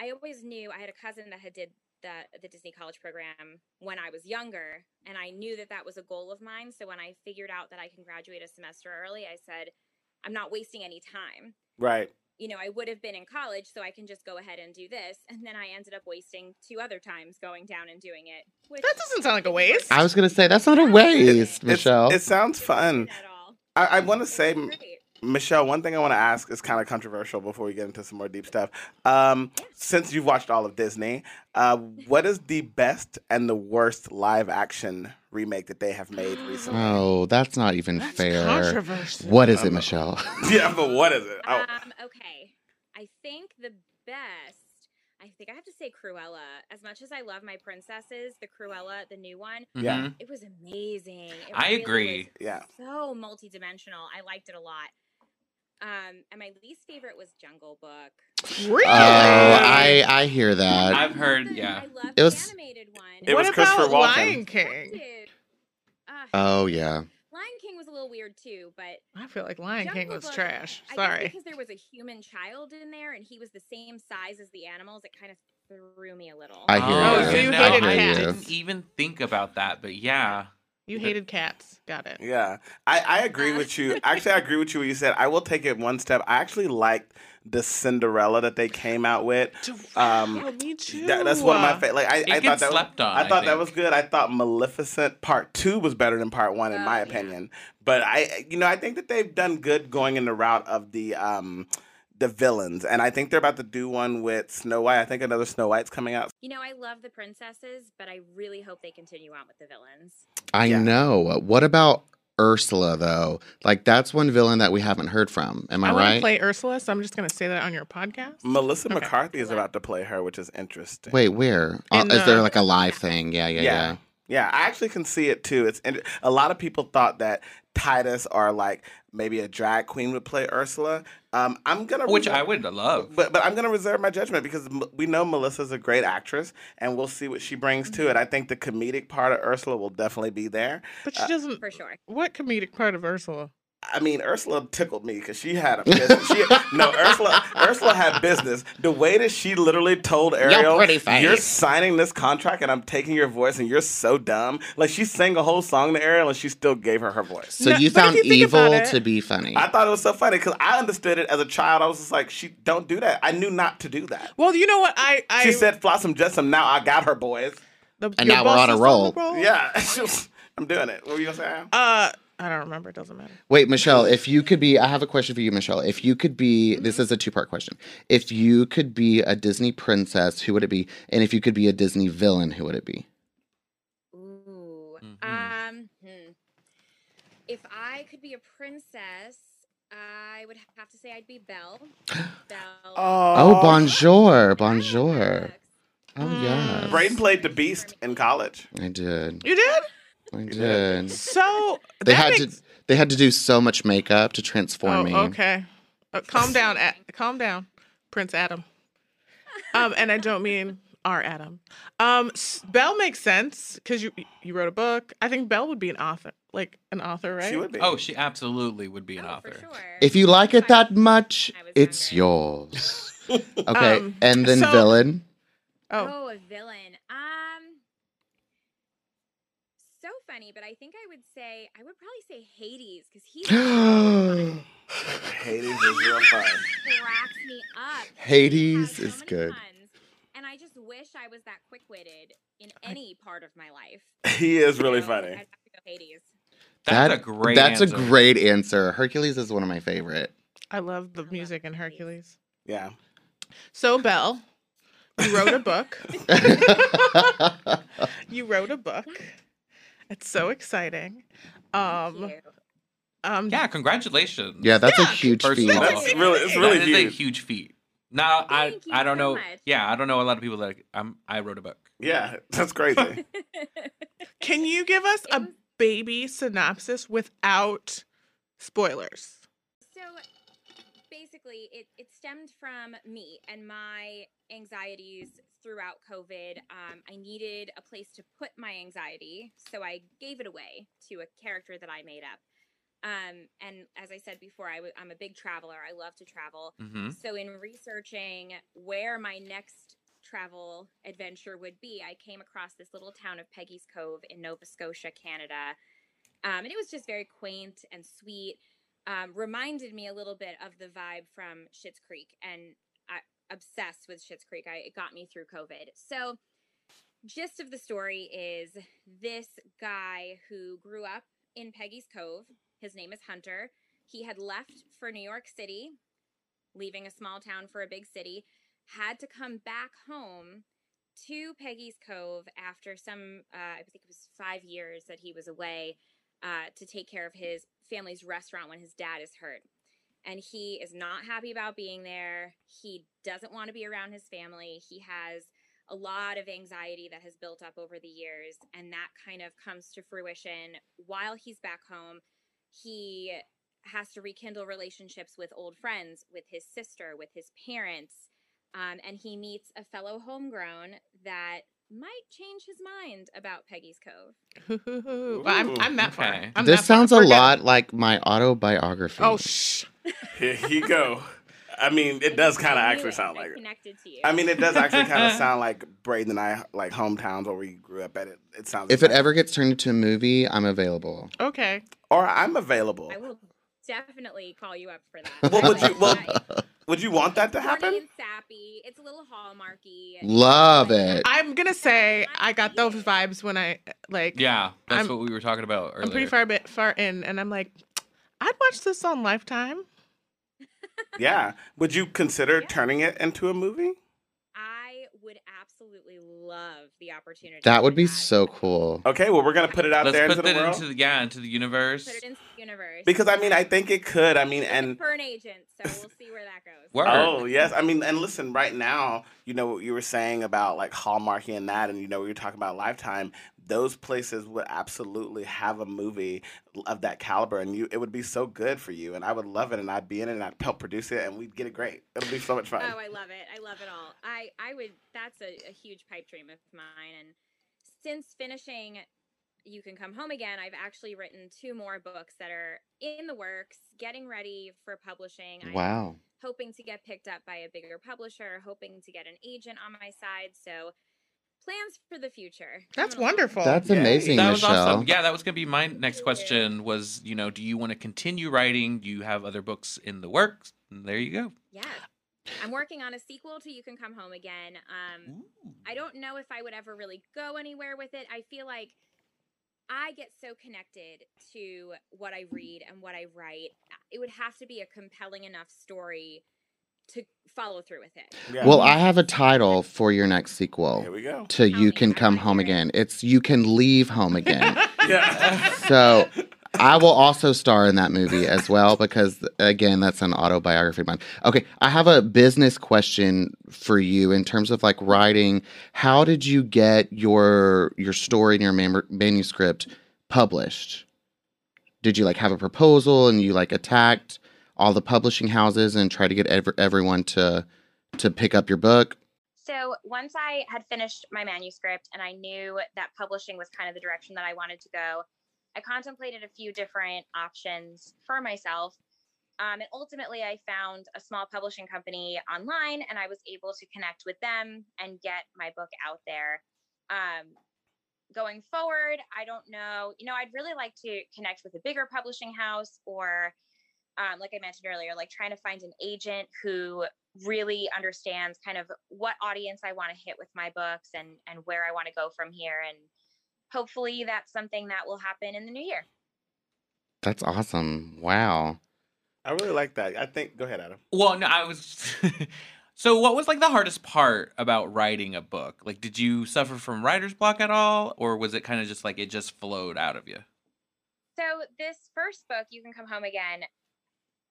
Speaker 7: I always knew I had a cousin that had did the the Disney College program when I was younger, and I knew that that was a goal of mine. So when I figured out that I can graduate a semester early, I said, "I'm not wasting any time."
Speaker 3: Right.
Speaker 7: You know, I would have been in college, so I can just go ahead and do this. And then I ended up wasting two other times going down and doing it. Which
Speaker 6: That doesn't sound like a waste.
Speaker 5: I was gonna say that's not a waste,
Speaker 7: It's-
Speaker 3: It's-
Speaker 5: Michelle.
Speaker 3: it sounds fun.
Speaker 7: At all.
Speaker 3: I, I want to
Speaker 7: It
Speaker 3: say,
Speaker 7: was great.
Speaker 3: Michelle, one thing I want to ask is kind of controversial before we get into some more deep stuff. Um, since you've watched all of Disney, uh, what is the best and the worst live action remake that they have made recently?
Speaker 5: oh, that's not even
Speaker 6: That's
Speaker 5: fair.
Speaker 6: controversial.
Speaker 5: What is it, Michelle?
Speaker 3: yeah, but what is it? Oh,
Speaker 7: Um, okay. I think the best, I think I have to say Cruella. As much as I love my princesses, the Cruella, the new one,
Speaker 3: Yeah.
Speaker 4: Mhm.
Speaker 7: it was amazing. It
Speaker 4: I
Speaker 7: really
Speaker 4: agree.
Speaker 7: was
Speaker 3: yeah.
Speaker 7: So multidimensional. I liked it a lot. Um, and my least favorite was Jungle Book.
Speaker 6: Really?
Speaker 5: Oh, I I hear that.
Speaker 4: I've heard.
Speaker 7: The-
Speaker 4: Yeah.
Speaker 7: I loved
Speaker 5: It was-
Speaker 7: the animated one.
Speaker 3: It
Speaker 6: what
Speaker 3: was
Speaker 6: about
Speaker 3: Christopher Walken.
Speaker 6: Lion
Speaker 7: I
Speaker 6: King?
Speaker 7: did. Ugh,
Speaker 5: Oh yeah.
Speaker 7: Lion King was a little weird too, but
Speaker 6: I feel like Lion King
Speaker 7: Jungle
Speaker 6: was
Speaker 7: Book,
Speaker 6: trash.
Speaker 7: I guess
Speaker 6: Sorry.
Speaker 7: because there was a human child in there and he was the same size as the animals, it kind of threw me a little.
Speaker 5: I hear
Speaker 4: Oh,
Speaker 6: you.
Speaker 4: you
Speaker 6: You
Speaker 4: know,
Speaker 6: hated
Speaker 4: I
Speaker 6: cats.
Speaker 4: didn't even think about that, but yeah.
Speaker 6: You hated cats. Got it.
Speaker 3: Yeah, I, I agree
Speaker 7: Uh.
Speaker 3: with you. Actually, I agree with you. What you said. I will take it one step. I actually liked the Cinderella that they came out with. Um,
Speaker 6: Oh, me too.
Speaker 3: that, that's one of my favorite. Like I,
Speaker 4: It
Speaker 3: I thought
Speaker 4: gets
Speaker 3: that was,
Speaker 4: slept on.
Speaker 3: I thought that
Speaker 4: think.
Speaker 3: was good. I thought Maleficent Part Two was better than Part One in
Speaker 7: Oh,
Speaker 3: my
Speaker 7: yeah.
Speaker 3: opinion. But I, you know, I think that they've done good going in the route of the um the villains, and I think they're about to do one with Snow White. I think another Snow White's coming out.
Speaker 7: You know, I love the princesses, but I really hope they continue on with the villains.
Speaker 5: I
Speaker 3: Yeah.
Speaker 5: know. What about Ursula though. Like that's one villain that we haven't heard from. Am I,
Speaker 6: I want to
Speaker 5: right?
Speaker 6: play Ursula, so I'm just gonna say that on your podcast.
Speaker 3: Melissa
Speaker 6: Okay.
Speaker 3: McCarthy is about to play her, which is interesting.
Speaker 5: Wait, where? Uh,
Speaker 6: In
Speaker 5: is there
Speaker 6: the-
Speaker 5: like a live thing? Yeah, yeah,
Speaker 3: Yeah.
Speaker 5: yeah.
Speaker 3: Yeah, I actually can see it too. It's and a lot of people thought that Titus or like maybe a drag queen would play Ursula. Um, I'm gonna
Speaker 4: Oh, which
Speaker 3: reserve-
Speaker 4: I would love.
Speaker 3: But but I'm gonna reserve my judgment because M- we know Melissa's a great actress, and we'll see what she brings to
Speaker 4: Mm-hmm.
Speaker 3: it. I think the comedic part of Ursula will definitely be there.
Speaker 6: But
Speaker 3: Uh,
Speaker 6: she doesn't.
Speaker 5: Mm-hmm.
Speaker 7: for sure.
Speaker 6: What comedic part of Ursula?
Speaker 3: I mean, Ursula tickled me because she had a business. She, no, Ursula, Ursula had business. The way that she literally told Ariel,
Speaker 5: pretty
Speaker 3: "You're
Speaker 5: face."
Speaker 3: signing this contract, and I'm taking your voice, and you're so dumb." Like she sang a whole song to Ariel, and she still gave her her voice.
Speaker 5: So you
Speaker 6: No, but if
Speaker 5: found
Speaker 6: you think
Speaker 5: evil
Speaker 6: about it-
Speaker 5: to be funny.
Speaker 3: I thought it was so funny because I understood it as a child. I was just like, "She don't do that." I knew not to do that.
Speaker 6: Well, you know what I. I
Speaker 3: She said, "Flossom Jetsam." Now I got her, boys.
Speaker 6: the,
Speaker 5: And
Speaker 6: your
Speaker 5: now we're
Speaker 6: boss
Speaker 5: on a
Speaker 6: is
Speaker 5: roll.
Speaker 3: Yeah, she was- I'm doing it. What were you gonna say? Al?
Speaker 6: Uh, I don't remember. It doesn't matter.
Speaker 5: Wait, Michelle, if you could be, I have a question for you, Michelle. If you could be,
Speaker 6: Mm-hmm.
Speaker 5: this is a two part question. If you could be a Disney princess, who would it be? And if you could be a Disney villain, who would it be?
Speaker 7: Ooh.
Speaker 4: Mhm.
Speaker 5: Mm-hmm.
Speaker 7: Um, hmm. If I could be a princess, I would have to say I'd be Belle. Belle.
Speaker 5: Oh, bonjour. Bonjour. Oh,
Speaker 6: Mm.
Speaker 5: yes.
Speaker 3: Brayden played the Beast in college.
Speaker 5: I did.
Speaker 6: You did?
Speaker 5: I did.
Speaker 6: So
Speaker 5: They
Speaker 6: that
Speaker 5: had
Speaker 6: makes-
Speaker 5: to. They had to do so much makeup to transform me.
Speaker 6: Oh, okay. Uh, calm down, at, calm down, Prince Adam. Um, and I don't mean our Adam. Um, s- Belle makes sense because you you wrote a book. I think Belle would be an author, like an author, right?
Speaker 3: She would be.
Speaker 4: Oh, she absolutely would be an
Speaker 7: Oh,
Speaker 4: author.
Speaker 7: For sure.
Speaker 5: If you like it that much,
Speaker 7: I was
Speaker 5: it's
Speaker 7: younger.
Speaker 5: yours. Okay,
Speaker 6: Um,
Speaker 5: and then
Speaker 6: so-
Speaker 5: villain.
Speaker 6: Oh,
Speaker 7: Oh, a villain. Um, so funny, but I think I would say I would probably say Hades because he's cracks
Speaker 3: Hades is real fun.
Speaker 7: me up. He
Speaker 5: Hades
Speaker 7: has so
Speaker 5: is
Speaker 7: many
Speaker 5: good.
Speaker 7: puns, and I just wish I was that quick-witted in any part of my life.
Speaker 3: He is really
Speaker 7: So I'd
Speaker 3: funny.
Speaker 7: have to go Hades.
Speaker 4: That's
Speaker 5: That-
Speaker 4: a great.
Speaker 5: That's
Speaker 4: answer.
Speaker 5: a great answer. Hercules is one of my favorite.
Speaker 6: I love the
Speaker 7: love
Speaker 6: music in Hercules.
Speaker 7: Hercules.
Speaker 3: Yeah.
Speaker 6: So Belle, you wrote a book. you wrote a book. It's so exciting.
Speaker 7: Thank
Speaker 6: Um,
Speaker 7: you.
Speaker 6: um,
Speaker 4: Yeah, congratulations.
Speaker 5: yeah, that's a
Speaker 6: Yeah,
Speaker 5: huge
Speaker 4: first
Speaker 5: feat.
Speaker 4: of all.
Speaker 3: That's really, it's
Speaker 6: That
Speaker 3: really
Speaker 4: that is
Speaker 3: huge.
Speaker 4: a huge feat. Now I
Speaker 7: Thank you
Speaker 4: I don't know.
Speaker 7: so much.
Speaker 4: Yeah, I don't know a lot of people that like, I'm I wrote a book.
Speaker 3: Yeah, that's crazy.
Speaker 6: Can you give us
Speaker 7: It
Speaker 6: a
Speaker 7: was-
Speaker 6: baby synopsis without spoilers?
Speaker 7: So basically, it, it stemmed from me and my anxieties throughout COVID. Um, I needed a place to put my anxiety, so I gave it away to a character that I made up. Um, and as I said before, i w- I'm a big traveler. I love to travel.
Speaker 4: hmm
Speaker 7: So, in researching where my next travel adventure would be, I came across this little town of Peggy's Cove in Nova Scotia, Canada. Um, and it was just very quaint and sweet. Um, reminded me a little bit of the vibe from Schitt's Creek, and I obsessed with Schitt's Creek. I, it got me through COVID. So, gist of the story is this guy who grew up in Peggy's Cove. His name is Hunter. He had left for New York City leaving a small town for a big city, had to come back home to Peggy's Cove after some, uh, I think it was five years that he was away uh, to take care of his family's restaurant when his dad is hurt. And he is not happy about being there. He doesn't want to be around his family. He has a lot of anxiety that has built up over the years. And that kind of comes to fruition while he's back home. He has to rekindle relationships with old friends, with his sister, with his parents. Um, and he meets a fellow homegrown that might change his mind about Peggy's Cove.
Speaker 6: Well, I'm,
Speaker 3: Ooh,
Speaker 6: I'm that
Speaker 4: okay.
Speaker 6: far. I'm
Speaker 5: this
Speaker 6: that far.
Speaker 5: sounds a
Speaker 6: Forget-
Speaker 5: lot like my autobiography.
Speaker 6: Oh, shh.
Speaker 3: Here he go. I mean, it does kind of
Speaker 7: I knew
Speaker 3: actually
Speaker 7: it
Speaker 3: sound
Speaker 7: when I
Speaker 3: like it.
Speaker 7: connected to you.
Speaker 3: I mean, it does actually kind of sound like Braden and I, like hometowns where we grew up at. It, it sounds.
Speaker 5: if it
Speaker 3: exact-
Speaker 5: ever gets turned into a movie, I'm available.
Speaker 6: Okay.
Speaker 3: or I'm available.
Speaker 7: I will definitely call you up for that.
Speaker 3: What would you-
Speaker 7: Like,
Speaker 3: well,
Speaker 7: uh,
Speaker 3: Would you want that to
Speaker 7: funny
Speaker 3: happen?
Speaker 7: and sappy. It's a little hallmarky.
Speaker 5: Love it.
Speaker 6: I'm going to say I got those vibes when I, like,
Speaker 4: Yeah, that's
Speaker 6: I'm-
Speaker 4: what we were talking about earlier.
Speaker 6: I'm pretty far, bit, far in, and I'm like, I'd watch this on Lifetime.
Speaker 3: Yeah. Would you consider
Speaker 7: Yeah.
Speaker 3: turning it into a movie?
Speaker 7: I would absolutely love the opportunity.
Speaker 5: That would
Speaker 7: I
Speaker 5: be
Speaker 7: had.
Speaker 5: so cool.
Speaker 3: Okay, well, we're gonna put it out there
Speaker 4: Let's
Speaker 3: into
Speaker 4: put
Speaker 3: the
Speaker 4: that
Speaker 3: world
Speaker 4: into the yeah into the universe.
Speaker 7: Put it into the universe.
Speaker 3: because I mean, I think it could. I mean,
Speaker 7: Looking
Speaker 3: and
Speaker 7: for an agent, so we'll see where that goes.
Speaker 4: Word.
Speaker 3: Oh yes, I mean, and listen, right now, you know what you were saying about like Hallmark and that, and you know we were talking about Lifetime. Those places would absolutely have a movie of that caliber, and you it would be so good for you, and I would love it, and I'd be in it, and I'd help produce it, and we'd get it great. It'll be so much fun.
Speaker 7: Oh, I love it. I love it all. I, I would, that's a, a huge pipe dream of mine. And since finishing You Can Come Home Again, I've actually written two more books that are in the works, getting ready for publishing. I'm
Speaker 5: Wow.
Speaker 7: hoping to get picked up by a bigger publisher, hoping to get an agent on my side. So plans for the future.
Speaker 6: That's
Speaker 7: I'm gonna-
Speaker 6: wonderful.
Speaker 5: That's
Speaker 3: Yay.
Speaker 5: amazing,
Speaker 4: that was
Speaker 5: Michelle.
Speaker 4: awesome. Yeah, that was gonna be my next question. Was you know, do you want to continue writing? Do you have other books in the works? And there you go.
Speaker 7: Yeah. I'm working on a sequel to You Can Come Home Again. Um, I don't know if I would ever really go anywhere with it. I feel like I get so connected to what I read and what I write. It would have to be a compelling enough story to follow through with it.
Speaker 3: Yeah.
Speaker 5: Well, oh. I have a title for your next
Speaker 3: Here
Speaker 5: sequel
Speaker 3: we go.
Speaker 4: Oh,
Speaker 5: to
Speaker 7: Tell
Speaker 5: You
Speaker 7: me,
Speaker 5: Can
Speaker 7: I'm
Speaker 5: Come
Speaker 7: right
Speaker 5: Home
Speaker 7: here.
Speaker 5: Again. It's You Can Leave Home Again.
Speaker 3: Yeah.
Speaker 5: so I will also star in that movie as well because, again, that's an autobiography of mine. Okay, I have a business question for you in terms of like writing. How did you get your your story and your mam- manuscript published? Did you like have a proposal and you like attacked all the publishing houses and try to get ev- everyone to to pick up your book?
Speaker 7: So once I had finished my manuscript and I knew that publishing was kind of the direction that I wanted to go, I contemplated a few different options for myself. Um, and ultimately, I found a small publishing company online and I was able to connect with them and get my book out there. Um, going forward, I don't know. You know, I'd really like to connect with a bigger publishing house or, um, like I mentioned earlier, like trying to find an agent who really understands kind of what audience I want to hit with my books and and where I want to go from here and hopefully that's something that will happen in the new year.
Speaker 5: That's awesome. Wow.
Speaker 3: I really like that. I think. Go ahead, Adam.
Speaker 4: Well, no, I was. so, what was like the hardest part about writing a book? Like, did you suffer from writer's block at all, or was it kind of just like it just flowed out of you?
Speaker 7: So this first book, you can come home again.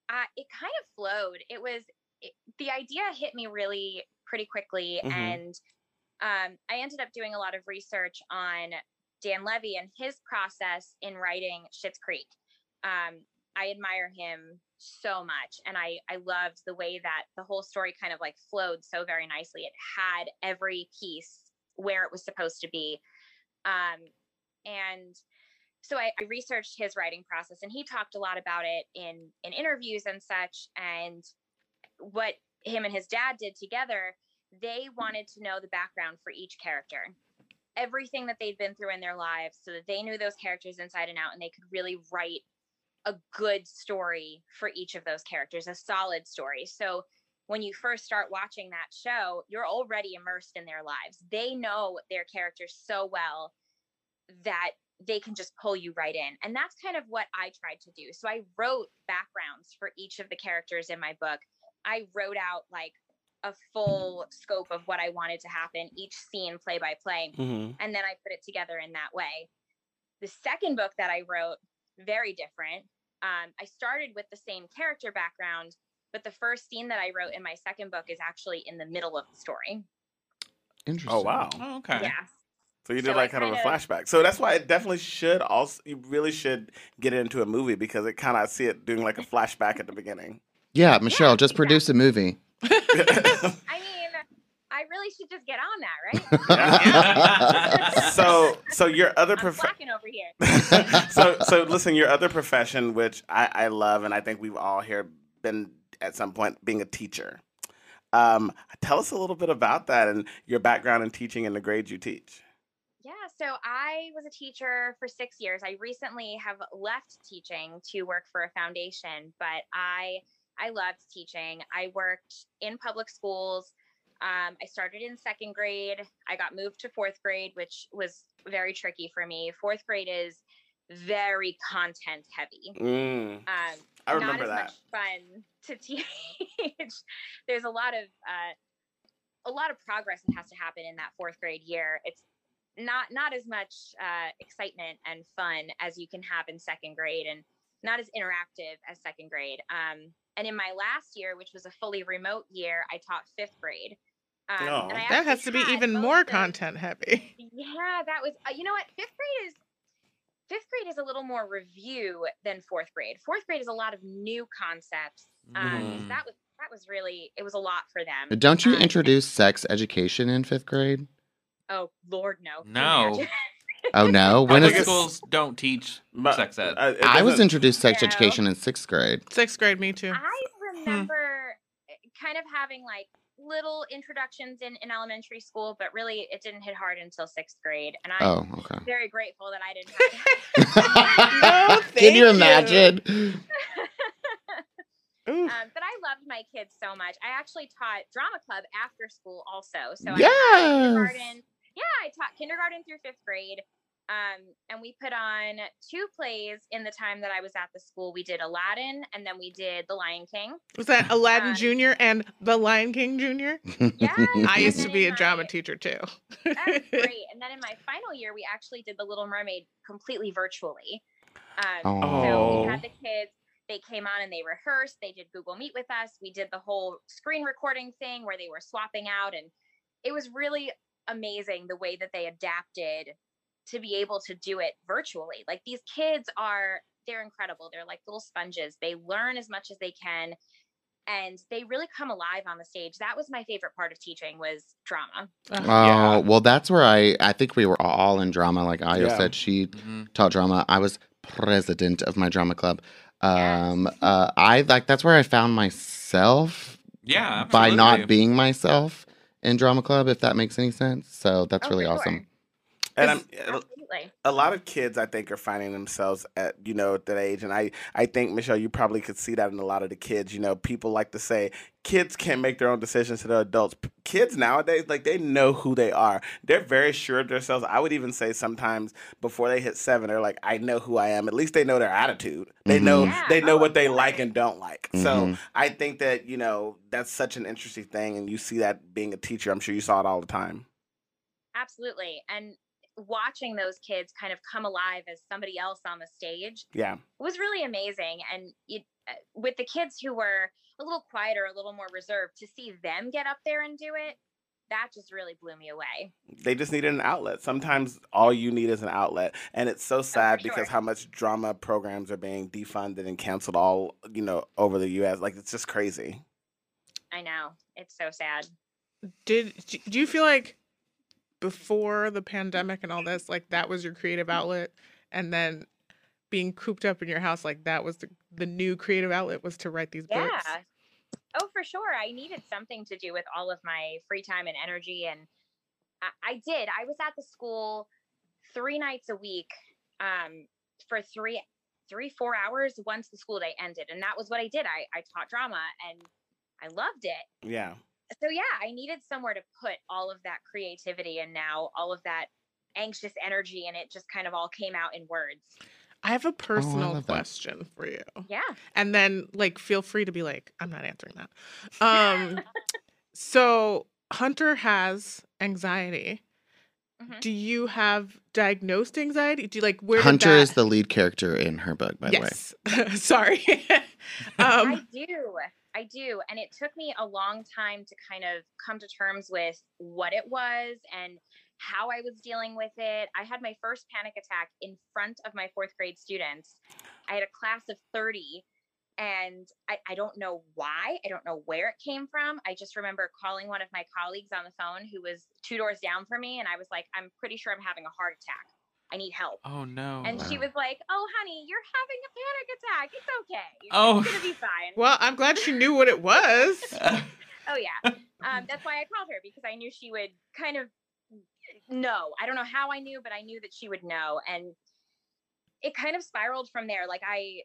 Speaker 7: Uh, it kind of flowed. It was it, the idea hit me really pretty quickly,
Speaker 3: Mhm.
Speaker 7: and um, I ended up doing a lot of research on Dan Levy and his process in writing Schitt's Creek. Um, I admire him so much, and I I loved the way that the whole story kind of like flowed so very nicely. It had every piece where it was supposed to be, um, and so I, I researched his writing process and he talked a lot about it in in interviews and such and what him and his dad did together they wanted to know the background for each character everything that they'd been through in their lives so that they knew those characters inside and out and they could really write a good story for each of those characters a solid story so when you first start watching that show you're already immersed in their lives they know their characters so well that they can just pull you right in. And that's kind of what I tried to do. So I wrote backgrounds for each of the characters in my book. I wrote out like a full scope of what I wanted to happen, each scene play by play.
Speaker 3: Mm-hmm.
Speaker 7: And then I put it together in that way. The second book that I wrote, very different. Um, I started with the same character background, but the first scene that I wrote in my second book is actually in the middle of the story.
Speaker 5: Interesting.
Speaker 3: Oh wow.
Speaker 4: Oh, okay.
Speaker 7: Yeah.
Speaker 3: So you
Speaker 7: So
Speaker 3: did
Speaker 7: it
Speaker 3: like kind of a
Speaker 7: kind of-
Speaker 3: flashback. So that's why it definitely should also. You really should get it into a movie because it kind of I see it doing like a flashback at the beginning.
Speaker 5: Yeah, Michelle, just
Speaker 7: exactly.
Speaker 5: produce a movie.
Speaker 7: I mean, I really should just get on that, right?
Speaker 3: so so your other
Speaker 7: I'm
Speaker 3: prof-
Speaker 7: slacking over here.
Speaker 3: so so listen, your other profession, which I, I love, and I think we've all here been at some point being a teacher. Um, tell us a little bit about that and your background in teaching and the grades you teach.
Speaker 7: Yeah, so I was a teacher for six years. I recently have left teaching to work for a foundation, but I I loved teaching. I worked in public schools. Um, I started in second grade. I got moved to fourth grade, which was very tricky for me. Fourth grade is very content heavy.
Speaker 3: Mm,
Speaker 7: Um,
Speaker 3: I remember
Speaker 7: not
Speaker 3: that.
Speaker 7: as much fun to teach. There's a lot of uh, a lot of progress that has to happen in that fourth grade year. It's not not as much uh, excitement and fun as you can have in second grade, and not as interactive as second grade. Um, and in my last year, which was a fully remote year, I taught fifth grade. Um,
Speaker 3: Oh.
Speaker 7: and I
Speaker 6: That
Speaker 7: actually
Speaker 6: has to be
Speaker 7: had
Speaker 6: even
Speaker 7: both
Speaker 6: more
Speaker 7: of those-
Speaker 6: content heavy.
Speaker 7: yeah, that was. Uh, you know what? Fifth grade is fifth grade is a little more review than fourth grade. Fourth grade is a lot of new concepts. Um,
Speaker 4: Mm-hmm.
Speaker 3: Mm.
Speaker 7: That was that was really it was a lot for them.
Speaker 5: Don't you
Speaker 7: Um,
Speaker 5: introduce sex education in fifth grade?
Speaker 7: Oh Lord, no. Can you
Speaker 4: No.
Speaker 7: imagine?
Speaker 5: Oh no, when
Speaker 4: Public
Speaker 5: is this?
Speaker 4: schools don't teach
Speaker 3: But,
Speaker 4: sex ed.
Speaker 3: uh, it
Speaker 5: I was
Speaker 3: doesn't-
Speaker 5: introduced sex
Speaker 7: No.
Speaker 5: education in sixth grade.
Speaker 6: Sixth grade, me too.
Speaker 7: I remember eh, kind of having like little introductions in in elementary school, but really it didn't hit hard until sixth grade, and I'm
Speaker 5: Oh, okay.
Speaker 7: very grateful that I didn't. Have to
Speaker 5: Can
Speaker 6: thank
Speaker 5: you
Speaker 6: you.
Speaker 5: imagine?
Speaker 6: Oof.
Speaker 7: Um, but I loved my kids so much. I actually taught drama club after school also. So I taught
Speaker 5: yes.
Speaker 7: kindergarten. Yeah, I taught kindergarten through fifth grade. Um, and we put on two plays in the time that I was at the school. We did Aladdin and then we did The Lion King.
Speaker 6: Was that Aladdin
Speaker 7: Um,
Speaker 6: Jr. and The Lion King Jr.?
Speaker 7: Yes.
Speaker 6: I used to
Speaker 7: And
Speaker 6: be
Speaker 7: in
Speaker 6: a drama
Speaker 7: my-
Speaker 6: teacher too.
Speaker 7: That was great. and then in my final year, we actually did The Little Mermaid completely virtually. Um, So
Speaker 3: Oh.
Speaker 7: we had the kids. They came on and they rehearsed. They did Google Meet with us. We did the whole screen recording thing where they were swapping out, and it was really amazing the way that they adapted to be able to do it virtually. Like these kids are, they're incredible. They're like little sponges. They learn as much as they can, and they really come alive on the stage. That was my favorite part of teaching was drama.
Speaker 5: Oh,
Speaker 6: Yeah.
Speaker 5: well, that's where I, I think we were all in drama. Like Aya
Speaker 3: Yeah.
Speaker 5: said, she
Speaker 4: Mhm.
Speaker 5: taught drama. I was president of my drama club. Um, uh, I like that's where I found myself
Speaker 4: Yeah,
Speaker 5: by not
Speaker 4: absolutely.
Speaker 5: being myself in drama club, if that makes any sense. So that's
Speaker 7: Oh,
Speaker 5: really
Speaker 7: for sure.
Speaker 5: awesome.
Speaker 3: and I'm,
Speaker 7: Absolutely.
Speaker 3: a lot of kids i think are finding themselves at you know at that age and i i think michelle you probably could see that in a lot of the kids you know people like to say kids can't make their own decisions to the adults P- kids nowadays like they know who they are they're very sure of themselves i would even say sometimes before they hit seven they're like i know who i am at least they know their attitude they
Speaker 5: Mhm.
Speaker 3: know
Speaker 7: Yeah.
Speaker 3: they know
Speaker 7: Oh,
Speaker 3: what they
Speaker 7: yeah.
Speaker 3: like and don't like so
Speaker 5: Mhm.
Speaker 3: i think that you know that's such an interesting thing and you see that being a teacher i'm sure you saw it all the time
Speaker 7: Absolutely. And watching those kids kind of come alive as somebody else on the stage
Speaker 3: yeah
Speaker 7: was really amazing. And you, uh, with the kids who were a little quieter, a little more reserved, to see them get up there and do it, that just really blew me away.
Speaker 3: they just needed an outlet. Sometimes all you need is an outlet, and it's so sad because
Speaker 7: Oh, sure.
Speaker 3: how much drama programs are being defunded and canceled all you know over the U.S. Like it's just crazy.
Speaker 7: I know. It's so sad.
Speaker 6: Did d- do you feel like before the pandemic and all this, like that was your creative outlet, and then being cooped up in your house, like that was the, the new creative outlet was to write these
Speaker 7: Yeah.
Speaker 6: books.
Speaker 7: Oh, for sure. I needed something to do with all of my free time and energy. And I, I did. I was at the school three nights a week um, for three, three, four hours once the school day ended. And that was what I did. I, I taught drama and I loved it
Speaker 3: Yeah,
Speaker 7: so yeah, I needed somewhere to put all of that creativity and now all of that anxious energy and it just kind of all came out in words.
Speaker 6: I have a personal
Speaker 5: Oh, love that.
Speaker 6: question for you,
Speaker 7: Yeah.
Speaker 6: and then like feel free to be like, I'm not answering that. Um, so Hunter has anxiety.
Speaker 7: Mhm.
Speaker 6: Do you have diagnosed anxiety? Do you like where did
Speaker 5: Hunter
Speaker 6: that...
Speaker 5: is the lead character in her book, by
Speaker 6: yes. Sorry.
Speaker 7: I
Speaker 6: um,
Speaker 7: do. I do. And it took me a long time to kind of come to terms with what it was and how I was dealing with it. I had my first panic attack in front of my fourth grade students. I had a class of 30, and I, I don't know why. I don't know where it came from. I just remember calling one of my colleagues on the phone who was two doors down from me, and I was like, I'm pretty sure I'm having a heart attack. I need help.
Speaker 4: Oh no.
Speaker 7: And she was like, Oh, honey, you're having a panic attack. It's okay.
Speaker 4: Oh.
Speaker 7: It's going to be fine.
Speaker 6: well, I'm glad she knew what it was.
Speaker 7: Oh yeah. Um, that's why I called her because I knew she would kind of know. I don't know how I knew, but I knew that she would know, and it kind of spiraled from there. Like I,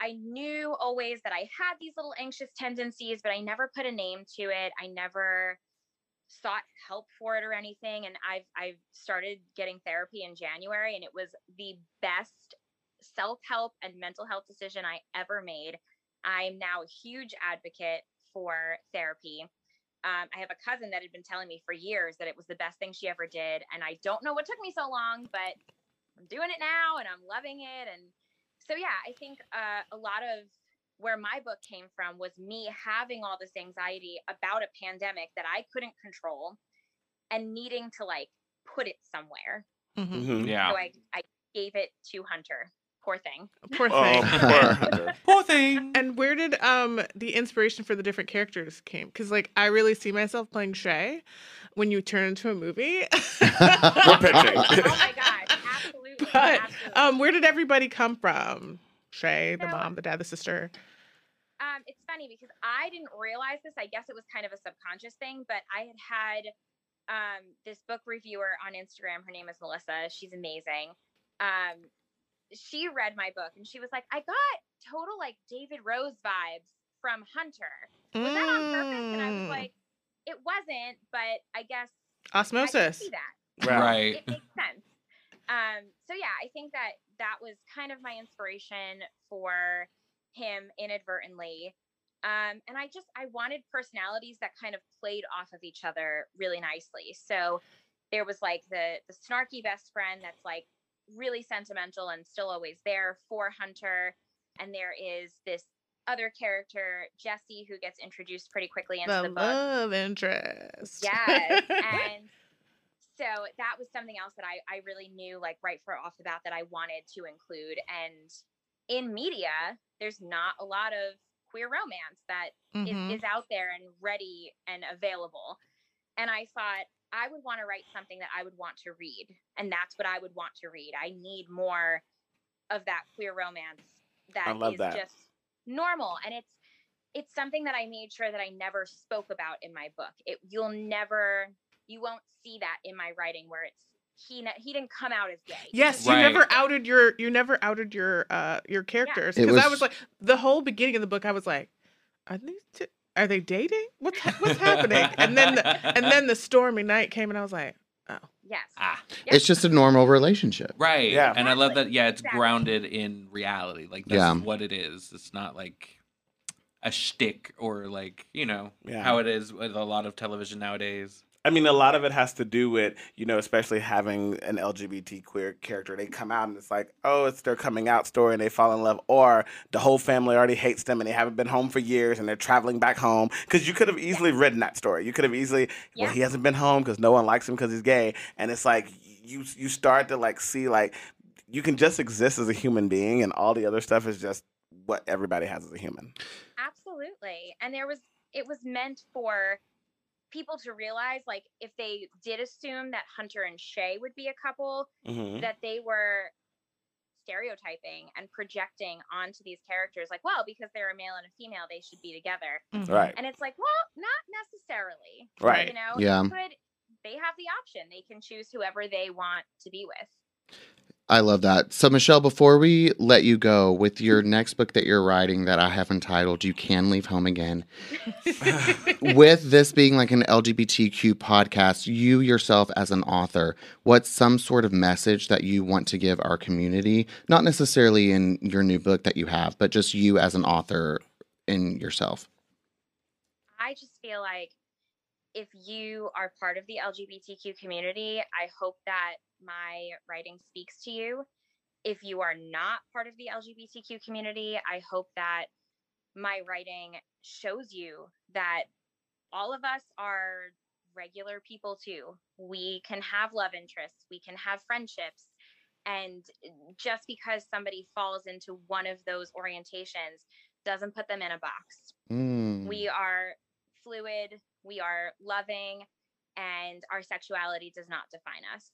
Speaker 7: I knew always that I had these little anxious tendencies, but I never put a name to it. I never sought help for it or anything. And I've I've started getting therapy in January, and it was the best self help and mental health decision I ever made. I'm now a huge advocate for therapy. Um, I have a cousin that had been telling me for years that it was the best thing she ever did, and I don't know what took me so long, but I'm doing it now and I'm loving it. And so, yeah, I think uh, a lot of where my book came from was me having all this anxiety about a pandemic that I couldn't control and needing to like put it somewhere.
Speaker 3: Mhm.
Speaker 6: Mhm.
Speaker 4: Yeah.
Speaker 7: So I, I gave it to Hunter. Poor thing.
Speaker 6: Poor thing.
Speaker 3: Oh, poor Hunter.
Speaker 4: Poor thing.
Speaker 6: And where did um the inspiration for the different characters came? Because like I really see myself playing Shay when you turn into a movie.
Speaker 3: We're pitching.
Speaker 7: oh my God. Absolutely.
Speaker 6: But,
Speaker 7: absolutely.
Speaker 6: um, where did everybody come from? Shay, the
Speaker 7: So-
Speaker 6: mom, the dad, the sister.
Speaker 7: um, it's funny because I didn't realize this. I guess it was kind of a subconscious thing, but I had had um, this book reviewer on Instagram. Her name is Melissa. She's amazing. Um, she read my book and she was like, I got total like David Rose vibes from Hunter. Was that on purpose? And I was
Speaker 6: Mm.
Speaker 7: like, it wasn't, but I guess I can
Speaker 6: osmosis.
Speaker 7: see that
Speaker 4: right.
Speaker 7: it makes sense. Um, so yeah, I think that that was kind of my inspiration for him inadvertently. Um, and I just I wanted personalities that kind of played off of each other really nicely. So there was like the the snarky best friend that's like really sentimental and still always there for Hunter. And there is this other character, Jesse, who gets introduced pretty quickly into
Speaker 6: The
Speaker 7: the book.
Speaker 6: love interest.
Speaker 7: Yes. and so that was something else that I, I really knew, like right for off the bat, that I wanted to include. And in media, there's not a lot of queer romance that
Speaker 6: Mhm.
Speaker 7: is
Speaker 3: Mm-hmm.
Speaker 7: is, out there and ready and available. And I thought I would want to write something that I would want to read. And that's what I would want to read. I need more of that queer romance that is
Speaker 3: love that.
Speaker 7: just normal. And it's it's something that I made sure that I never spoke about in my book. It you'll never you won't see that in my writing where it's he ne- he didn't come out as gay. He
Speaker 6: Yes,
Speaker 7: just-
Speaker 6: you
Speaker 4: Right.
Speaker 6: never outed your you never outed your uh your characters
Speaker 5: It
Speaker 6: because I
Speaker 5: was-
Speaker 6: was like the whole beginning of the book I was like, are these two, are they dating? What's ha- what's happening? And then the, and then the stormy night came and I was like,
Speaker 7: Yes.
Speaker 4: ah.
Speaker 7: Yeah.
Speaker 5: It's just a normal relationship.
Speaker 4: Right.
Speaker 3: Yeah.
Speaker 4: And I love that.
Speaker 7: Exactly,
Speaker 4: Yeah, it's
Speaker 7: exactly.
Speaker 4: grounded in reality. Like that's
Speaker 5: Yeah.
Speaker 4: what it is. It's not like a shtick or like you know
Speaker 3: Yeah.
Speaker 4: how it is with a lot of television nowadays.
Speaker 3: I mean, a lot of it has to do with, you know, especially having an LGBT queer character. They come out and it's like, oh, it's their coming out story and they fall in love, or the whole family already hates them and they haven't been home for years and they're traveling back home. Because you could have easily written that story. You could have easily, well,
Speaker 7: Yeah.
Speaker 3: he hasn't been home because no one likes him because he's gay. And it's like, you, you start to like see, like, you can just exist as a human being and all the other stuff is just what everybody has as a human.
Speaker 7: Absolutely. And there was it was meant for people to realize like if they did assume that Hunter and Shay would be a couple,
Speaker 3: Mm-hmm.
Speaker 7: that they were stereotyping and projecting onto these characters like, well, because they're a male and a female, they should be together.
Speaker 6: "Mm,
Speaker 3: Right.
Speaker 7: And it's like, well, not necessarily.
Speaker 3: Right.
Speaker 7: You know,
Speaker 5: Yeah.
Speaker 7: but they have the option. They can choose whoever they want to be with.
Speaker 5: I love that. So, Michelle, before we let you go with your next book that you're writing that I have entitled You Can Leave Home Again, with this being like an LGBTQ podcast, you yourself as an author, what's some sort of message that you want to give our community? Not necessarily in your new book that you have, but just you as an author in yourself.
Speaker 7: I just feel like if you are part of the LGBTQ community, I hope that my writing speaks to you. If you are not part of the LGBTQ community, I hope that my writing shows you that all of us are regular people too. We can have love interests, we can have friendships. And just because somebody falls into one of those orientations doesn't put them in a box
Speaker 5: Mm.
Speaker 7: we are fluid we are loving and our sexuality does not define us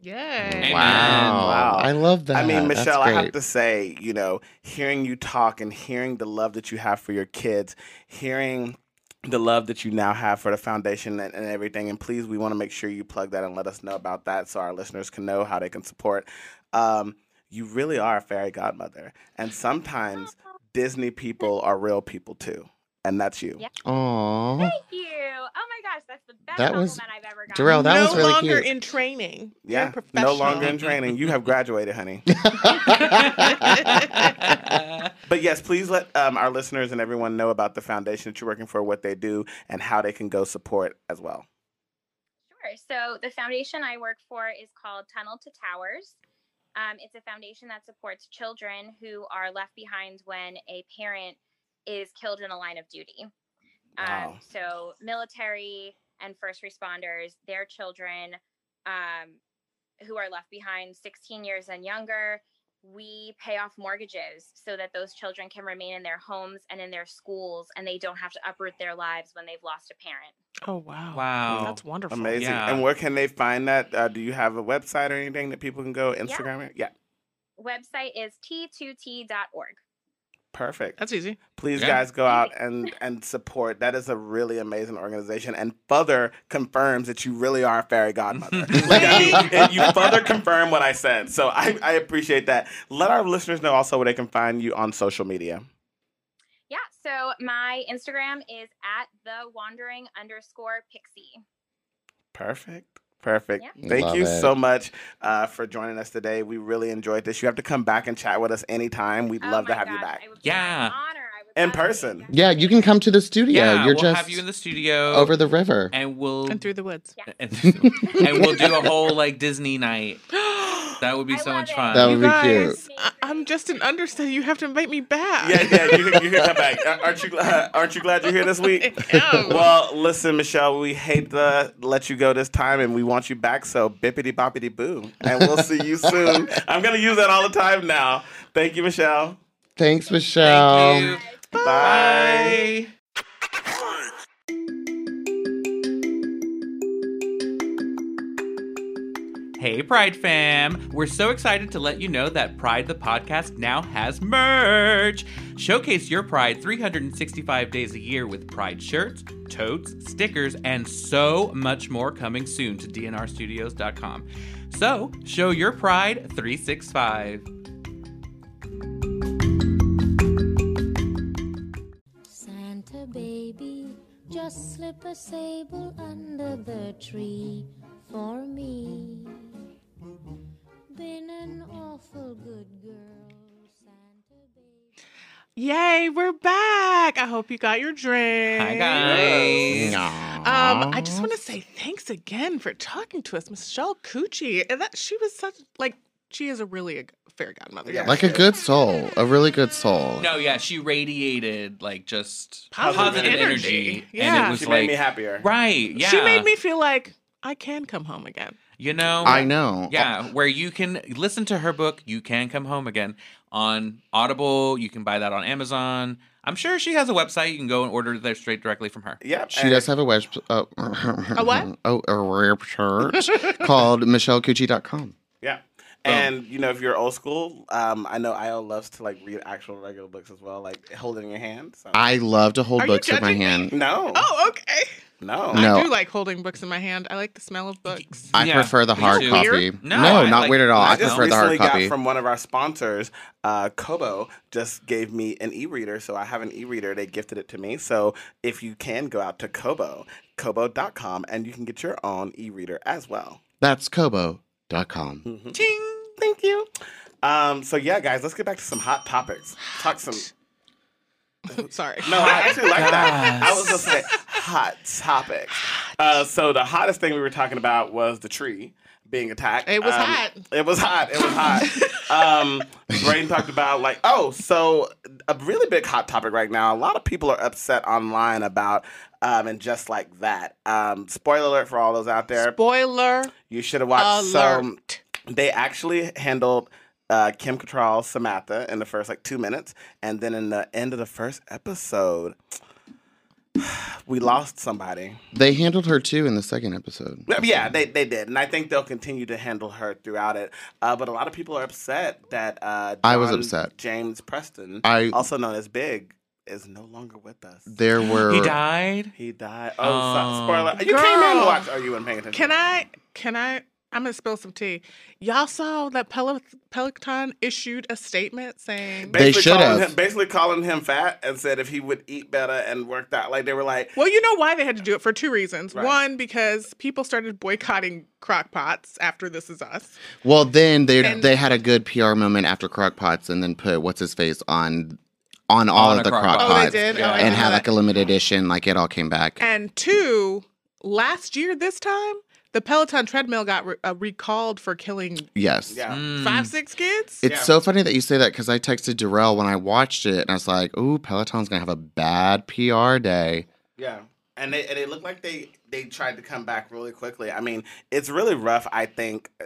Speaker 6: Yay.
Speaker 5: Mm. wow.
Speaker 3: Wow.
Speaker 5: I love that.
Speaker 3: I mean,
Speaker 5: That's
Speaker 3: Michelle, I have
Speaker 5: great.
Speaker 3: to say, you know, hearing you talk and hearing the love that you have for your kids, hearing the love that you now have for the foundation and, and everything. And please, we want to make sure you plug that and let us know about that so our listeners can know how they can support. Um, you really are a fairy godmother. And sometimes Disney people are real people too. And that's you.
Speaker 7: Yeah.
Speaker 5: Aw.
Speaker 7: thank you oh my gosh that's the best
Speaker 5: That
Speaker 7: compliment
Speaker 5: was-
Speaker 7: i've ever gotten
Speaker 5: Darrell, that
Speaker 6: no
Speaker 5: was really
Speaker 6: longer
Speaker 5: cute.
Speaker 6: in training. You're
Speaker 3: Yeah.
Speaker 6: a
Speaker 3: No
Speaker 6: professional.
Speaker 3: longer in training. You have graduated, honey. But yes, please let um, our listeners and everyone know about the foundation that you're working for, what they do, and how they can go support as well.
Speaker 7: Sure. So the foundation I work for is called Tunnel to Towers. Um, it's a foundation that supports children who are left behind when a parent is killed in a line of duty.
Speaker 3: Wow.
Speaker 7: Um, so military and first responders, their children um, who are left behind 16 years and younger, we pay off mortgages so that those children can remain in their homes and in their schools and they don't have to uproot their lives when they've lost a parent.
Speaker 6: Oh wow.
Speaker 4: Wow.
Speaker 6: That's wonderful.
Speaker 3: Amazing.
Speaker 4: Yeah.
Speaker 3: And where can they find that? Uh, do you have a website or anything that people can go Instagram? it? Yeah.
Speaker 7: Website is t2t.org.
Speaker 3: Perfect.
Speaker 6: That's easy.
Speaker 3: Please,
Speaker 4: e-, Yeah.
Speaker 3: guys, go out and and support. That is a really amazing organization, and further confirms that you really are a fairy godmother. like, I mean, and you further confirm what I said, so I, I appreciate that. Let our listeners know also where they can find you on social media.
Speaker 7: Yeah, so my Instagram is at the wandering underscore pixie.
Speaker 3: Perfect. Perfect.
Speaker 7: Yeah.
Speaker 3: Thank
Speaker 5: Love
Speaker 3: you
Speaker 5: it.
Speaker 3: so much uh, for joining us today. We really enjoyed this. You have to come back and chat with us anytime. We'd love
Speaker 7: Oh
Speaker 3: to
Speaker 7: my
Speaker 3: have you
Speaker 7: God,
Speaker 3: back.
Speaker 7: it would be an
Speaker 4: Yeah.
Speaker 7: honor. I would
Speaker 3: In
Speaker 7: love to be
Speaker 3: person.
Speaker 7: back.
Speaker 5: Yeah, you can come to the studio.
Speaker 4: yeah,
Speaker 5: You're
Speaker 4: we'll
Speaker 5: just
Speaker 4: have you in the studio
Speaker 5: over the river.
Speaker 4: and we'll
Speaker 6: And through the woods.
Speaker 4: and, and we'll do a whole like Disney night. That would be
Speaker 7: I
Speaker 4: so
Speaker 7: love
Speaker 4: much
Speaker 7: it.
Speaker 4: fun.
Speaker 5: That
Speaker 6: you
Speaker 5: would be
Speaker 6: guys,
Speaker 7: cute.
Speaker 6: I- I'm just an understudy. You have to invite me back.
Speaker 3: Yeah, yeah, you can, you can come back. Uh, Aren't you? gl- aren't you glad you're here this week?
Speaker 6: Damn.
Speaker 3: Well, listen, Michelle, we hate to let you go this time, and we want you back. So bippity boppity boo, and we'll see you soon. I'm gonna use that all the time now. Thank you, Michelle.
Speaker 5: Thanks, Michelle.
Speaker 4: Thank you.
Speaker 3: Bye.
Speaker 4: Bye. Hey, Pride fam! We're so excited to let you know that Pride the Podcast now has merch! Showcase your pride 365 days a year with Pride shirts, totes, stickers, and so much more coming soon to dnrstudios.com. So, show your pride 365.
Speaker 2: Santa baby, just slip a sable under the tree for me. Been an awful good girl, Santa baby.
Speaker 6: Yay, we're back. I hope you got your drink.
Speaker 4: Hi, guys!
Speaker 6: Um, I just want to say thanks again for talking to us, Michelle Coochie. And that she was such like she is a really a fairy godmother.
Speaker 3: Yeah.
Speaker 5: like a good soul, a really good soul.
Speaker 4: No, yeah, she radiated like just
Speaker 6: Positive
Speaker 4: positive,
Speaker 6: energy.
Speaker 4: energy.
Speaker 6: Yeah.
Speaker 4: And it was
Speaker 3: She
Speaker 4: like
Speaker 3: made me happier.
Speaker 4: Right, yeah.
Speaker 6: She made me feel like I can come home again.
Speaker 4: you know
Speaker 5: I know.
Speaker 4: Yeah, where you can listen to her book, You Can Come Home Again on Audible. You can buy that on Amazon. I'm sure she has a website. You can go and order there straight directly from her.
Speaker 3: Yep.
Speaker 5: She
Speaker 3: and-
Speaker 5: does have a web uh,
Speaker 6: A what?
Speaker 5: Oh, a website called michellecoochie.com.
Speaker 3: Yeah. And you know, if you're old school, um, I know Io loves to like read actual regular books as well, like hold it in your hand. So.
Speaker 5: I love to hold
Speaker 6: Are you
Speaker 5: books with my
Speaker 6: judging me?
Speaker 5: hand.
Speaker 3: no,
Speaker 6: Oh, okay.
Speaker 3: no,
Speaker 5: No.
Speaker 6: I do like holding books in my hand. I like the smell of books.
Speaker 5: I
Speaker 4: Yeah.
Speaker 5: prefer the
Speaker 4: Is
Speaker 5: hard
Speaker 4: it
Speaker 5: copy.
Speaker 4: weird?
Speaker 5: No,
Speaker 4: No, I
Speaker 5: not
Speaker 4: like-
Speaker 5: weird at all. I,
Speaker 3: I, just
Speaker 5: prefer the hard
Speaker 3: recently got
Speaker 5: copy.
Speaker 3: from one of our sponsors, uh, Kobo, just gave me an e-reader, so I have an e-reader. They gifted it to me. So if you can go out to Kobo, Kobo.com, and you can get your own e-reader as well.
Speaker 5: That's kobo.com.
Speaker 3: Mhm.
Speaker 4: Ting.
Speaker 3: Thank you. Um, so yeah, guys, let's get back to some hot topics. Talk some.
Speaker 6: Sorry.
Speaker 3: No, I actually like that.
Speaker 4: Yes.
Speaker 3: I was gonna say hot topics. Uh, so the hottest thing we were talking about was the tree being attacked.
Speaker 6: It was
Speaker 3: Um,
Speaker 6: hot.
Speaker 3: It was hot. It was hot. um, Brain talked about like, oh, so a really big hot topic right now. A lot of people are upset online about um, and just like that. Um, spoiler alert for all those out there.
Speaker 6: Spoiler
Speaker 3: You should have watched. So
Speaker 6: alert.
Speaker 3: they actually handled uh, Kim Cattrall, Samantha in the first like two minutes, and then in the end of the first episode, we lost somebody.
Speaker 5: They handled her too in the second episode.
Speaker 3: Well, Yeah, they, they did, and I think they'll continue to handle her throughout it. Uh, but a lot of people are upset that uh,
Speaker 5: I was
Speaker 3: John
Speaker 5: upset.
Speaker 3: James Preston,
Speaker 5: I-
Speaker 3: also known as Big, is no longer with us.
Speaker 5: There were
Speaker 4: He died.
Speaker 3: He died. Oh, so,
Speaker 4: Oh.
Speaker 3: spoiler! You came in to
Speaker 6: Um, Girl.
Speaker 3: watch. Oh, you weren't paying attention.
Speaker 6: Can I? Can I? I'm gonna spill some tea. Y'all saw that Pel- Peloton issued a statement saying,
Speaker 5: They should
Speaker 3: calling
Speaker 5: have.
Speaker 3: him- basically calling him fat and said if he would eat better and worked out. Like they were like,
Speaker 6: "Well, you know why they had to do it for two reasons.
Speaker 3: Right.
Speaker 6: One, because people started boycotting crockpots after This Is Us.
Speaker 5: well. Then they
Speaker 6: And-
Speaker 5: they had a good PR moment after Crockpots, and then put what's his face on on all
Speaker 4: On a
Speaker 5: of the
Speaker 4: crock
Speaker 5: crock
Speaker 4: pot.
Speaker 6: Oh, they
Speaker 5: pots
Speaker 6: did.
Speaker 4: yeah.
Speaker 6: Oh, I
Speaker 5: and
Speaker 6: didn't know
Speaker 5: had like
Speaker 6: that.
Speaker 5: a limited edition. Like it all came back.
Speaker 6: And two, last year this time, the Peloton treadmill got re- uh, recalled for killing
Speaker 5: yes.
Speaker 3: Yeah.
Speaker 4: Mm.
Speaker 6: five, six kids.
Speaker 5: It's
Speaker 3: Yeah.
Speaker 5: so funny that you say that because I texted Darrell when I watched it and I was like, ooh, Peloton's going to have a bad PR day.
Speaker 3: Yeah. And they and it looked like they they tried to come back really quickly. I mean, it's really rough, I think. Uh,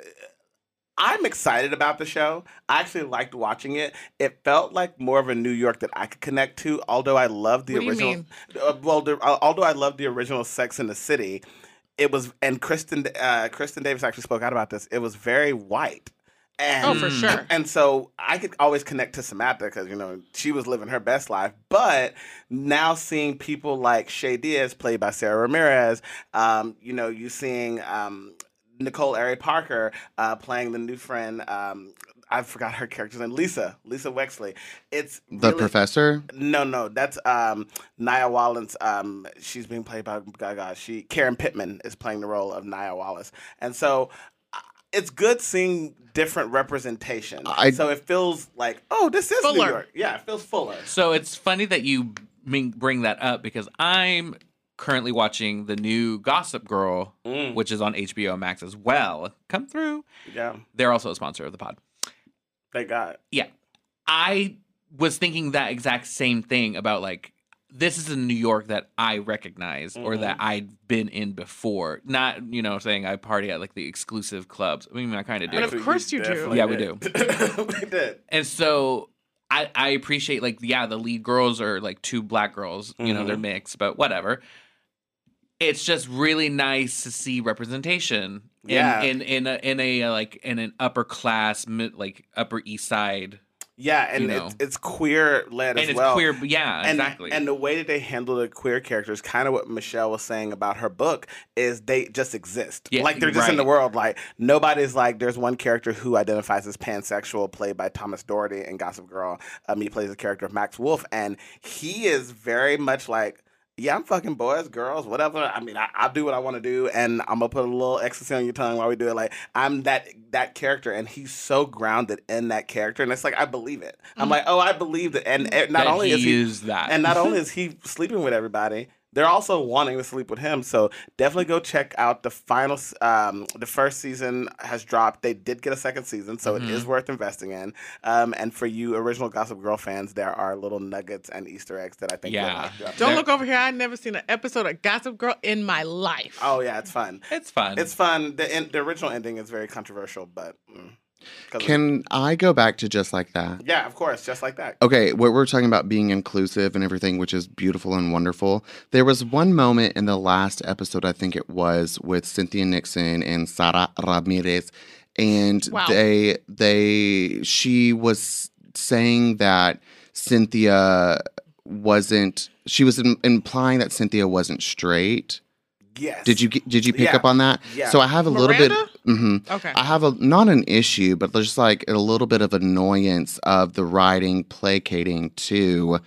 Speaker 3: I'm excited about the show. I actually liked watching it. It felt like more of a New York that I could connect to, although I love the
Speaker 6: What do you
Speaker 3: original
Speaker 6: mean?
Speaker 3: uh, well, the, uh, although I love the original Sex in the City, it was and Kristen uh, Kristen Davis actually spoke out about this. It was very white. And
Speaker 6: Oh, for sure.
Speaker 3: and so I could always connect to Samantha because you know she was living her best life. But now seeing people like Shay Diaz, played by Sarah Ramirez, um, you know, you seeing um, Nicole Ari Parker uh, playing the new friend. Um, I forgot her character's name, Lisa, Lisa Wexley. It's
Speaker 5: The
Speaker 3: really-
Speaker 5: professor?
Speaker 3: No, no, that's um, Nia Wallace. Um, she's being played by Gaga. She Karen Pittman is playing the role of Nia Wallace, and so uh, it's good seeing different representation.
Speaker 5: I-
Speaker 3: so it feels like, oh, this is New
Speaker 6: Fuller.
Speaker 3: York. Yeah, it feels fuller.
Speaker 4: So it's funny that you bring bring that up because I'm currently watching the new Gossip Girl,
Speaker 3: Mm,
Speaker 4: which is on HBO Max as well. Come through.
Speaker 3: yeah,
Speaker 4: They're also a sponsor of the pod.
Speaker 3: thank God.
Speaker 4: I was thinking that exact same thing about like this is a New York that I recognize or that I've been in before. Not, you know, saying I party at like the exclusive clubs. I mean, I kind of do.
Speaker 6: But of
Speaker 3: So
Speaker 6: course you do.
Speaker 3: definitely
Speaker 4: Yeah, we
Speaker 3: did. we did.
Speaker 4: and so I, I appreciate like yeah the lead girls are like two black girls you know
Speaker 3: Mm-hmm.
Speaker 4: they're mixed but whatever it's just really nice to see representation in-
Speaker 3: Yeah.
Speaker 4: in in a, in a uh, like in an upper class mid like upper east side
Speaker 3: Yeah, and
Speaker 4: You
Speaker 3: it's,
Speaker 4: know.
Speaker 3: it's queer led as
Speaker 4: and it's
Speaker 3: well.
Speaker 4: queer but yeah
Speaker 3: and,
Speaker 4: exactly
Speaker 3: And the way that they handle the queer characters, kind of what Michelle was saying about her book, is they just exist.
Speaker 4: Yeah,
Speaker 3: like they're just in the
Speaker 4: right.
Speaker 3: world. Like nobody's like. There's one character who identifies as pansexual, played by Thomas Doherty in Gossip Girl. Um, he plays the character of Max Wolf, and he is very much like. Yeah, I'm fucking boys, girls, whatever. I mean, I, I'll do what I want to do, and I'm gonna put a little ecstasy on your tongue while we do it. Like, I'm that that character, and he's so grounded in that character, and it's like I believe it. I'm like, oh, I believe it, and, and not
Speaker 4: Mm-hmm. that
Speaker 3: only
Speaker 4: he
Speaker 3: is he
Speaker 4: used that
Speaker 3: and not only is he sleeping with everybody, they're also wanting to sleep with him. So definitely go check out the final. s- Um, the first season has dropped. They did get a second season, so it is worth investing in. Um, and for you original Gossip Girl fans, there are little nuggets and Easter eggs that I think. you'll
Speaker 4: Yeah.
Speaker 3: like.
Speaker 6: Don't
Speaker 4: There-
Speaker 6: look over here. I've never seen an episode of Gossip Girl in my life.
Speaker 3: Oh yeah, it's fun.
Speaker 4: it's fun
Speaker 3: It's fun. The, en- the original ending is very controversial, but mm, 'cause of-
Speaker 5: Can I go back to just like that?
Speaker 3: yeah, of course, just like that.
Speaker 5: Okay, what we're talking about being inclusive and everything, which is beautiful and wonderful. There was one moment in the last episode, I think it was, with Cynthia Nixon and Sara Ramirez, and
Speaker 6: Wow.
Speaker 5: they they she was saying that Cynthia wasn't. She was im- implying that Cynthia wasn't straight.
Speaker 3: Yes.
Speaker 5: Did you get- did you pick
Speaker 3: Yeah.
Speaker 5: up on that?
Speaker 3: Yeah.
Speaker 5: So I have a little
Speaker 6: Miranda?
Speaker 5: bit. hmm
Speaker 6: Okay.
Speaker 5: I have a not an issue, but there's just like a little bit of annoyance of the writing placating to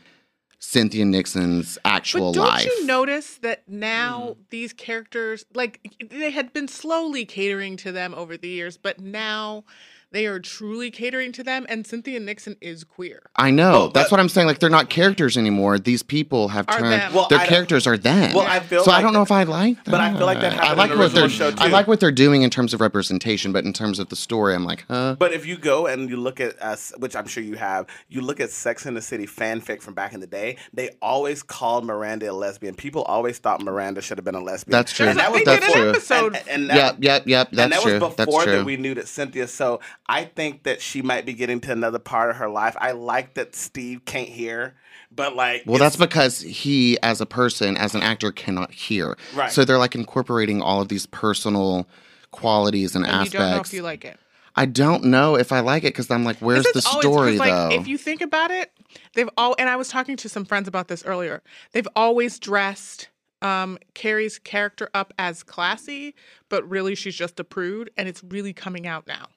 Speaker 5: Cynthia Nixon's actual
Speaker 6: but don't
Speaker 5: life. Mm-hmm.
Speaker 6: you notice that now these characters, like they had been slowly catering to them over the years, but now they are truly catering to them. And Cynthia Nixon is queer.
Speaker 5: I know.
Speaker 3: Well,
Speaker 5: That's
Speaker 3: but-
Speaker 5: what I'm saying. Like they're not characters anymore. These people have
Speaker 6: Are
Speaker 5: turned
Speaker 6: them. Well,
Speaker 5: their
Speaker 3: I-
Speaker 5: characters are them.
Speaker 3: Well, I feel
Speaker 5: so I
Speaker 3: like-
Speaker 5: don't know if I like that.
Speaker 3: But I feel like that
Speaker 5: I
Speaker 3: happened
Speaker 5: like
Speaker 3: in the
Speaker 5: what they're
Speaker 3: original show,
Speaker 5: I
Speaker 3: too.
Speaker 5: like what they're doing in terms of representation, but in terms of the story, I'm like, huh?
Speaker 3: But if you go and you look at us, which I'm sure you have, you look at Sex in the City fanfic from back in the day. They always called Miranda a lesbian. People always thought Miranda should have been a lesbian.
Speaker 5: That's true.
Speaker 3: And that was
Speaker 6: they
Speaker 5: That's
Speaker 6: did
Speaker 5: true.
Speaker 6: an episode.
Speaker 3: And, and that,
Speaker 5: yep, yep, yep. That's
Speaker 3: and that
Speaker 5: true.
Speaker 3: was
Speaker 5: that's
Speaker 3: before
Speaker 5: true.
Speaker 3: that we knew that Cynthia. So I think that she might be getting to another part of her life. I like that Steve can't hear, but like,
Speaker 5: Well, that's
Speaker 3: it's-
Speaker 5: because he, as a person, as an actor, cannot hear.
Speaker 3: Right.
Speaker 5: So they're like incorporating all of these personal qualities and,
Speaker 6: and you
Speaker 5: aspects.
Speaker 6: don't know if you like it.
Speaker 5: I don't know if I like it because I'm like, where's
Speaker 6: This
Speaker 5: the
Speaker 6: is always- 'cause,
Speaker 5: story
Speaker 6: like,
Speaker 5: though?
Speaker 6: If you think about it, they've all and I was talking to some friends about this earlier. They've always dressed um, Carrie's character up as classy, but really she's just a prude, and it's really coming out now.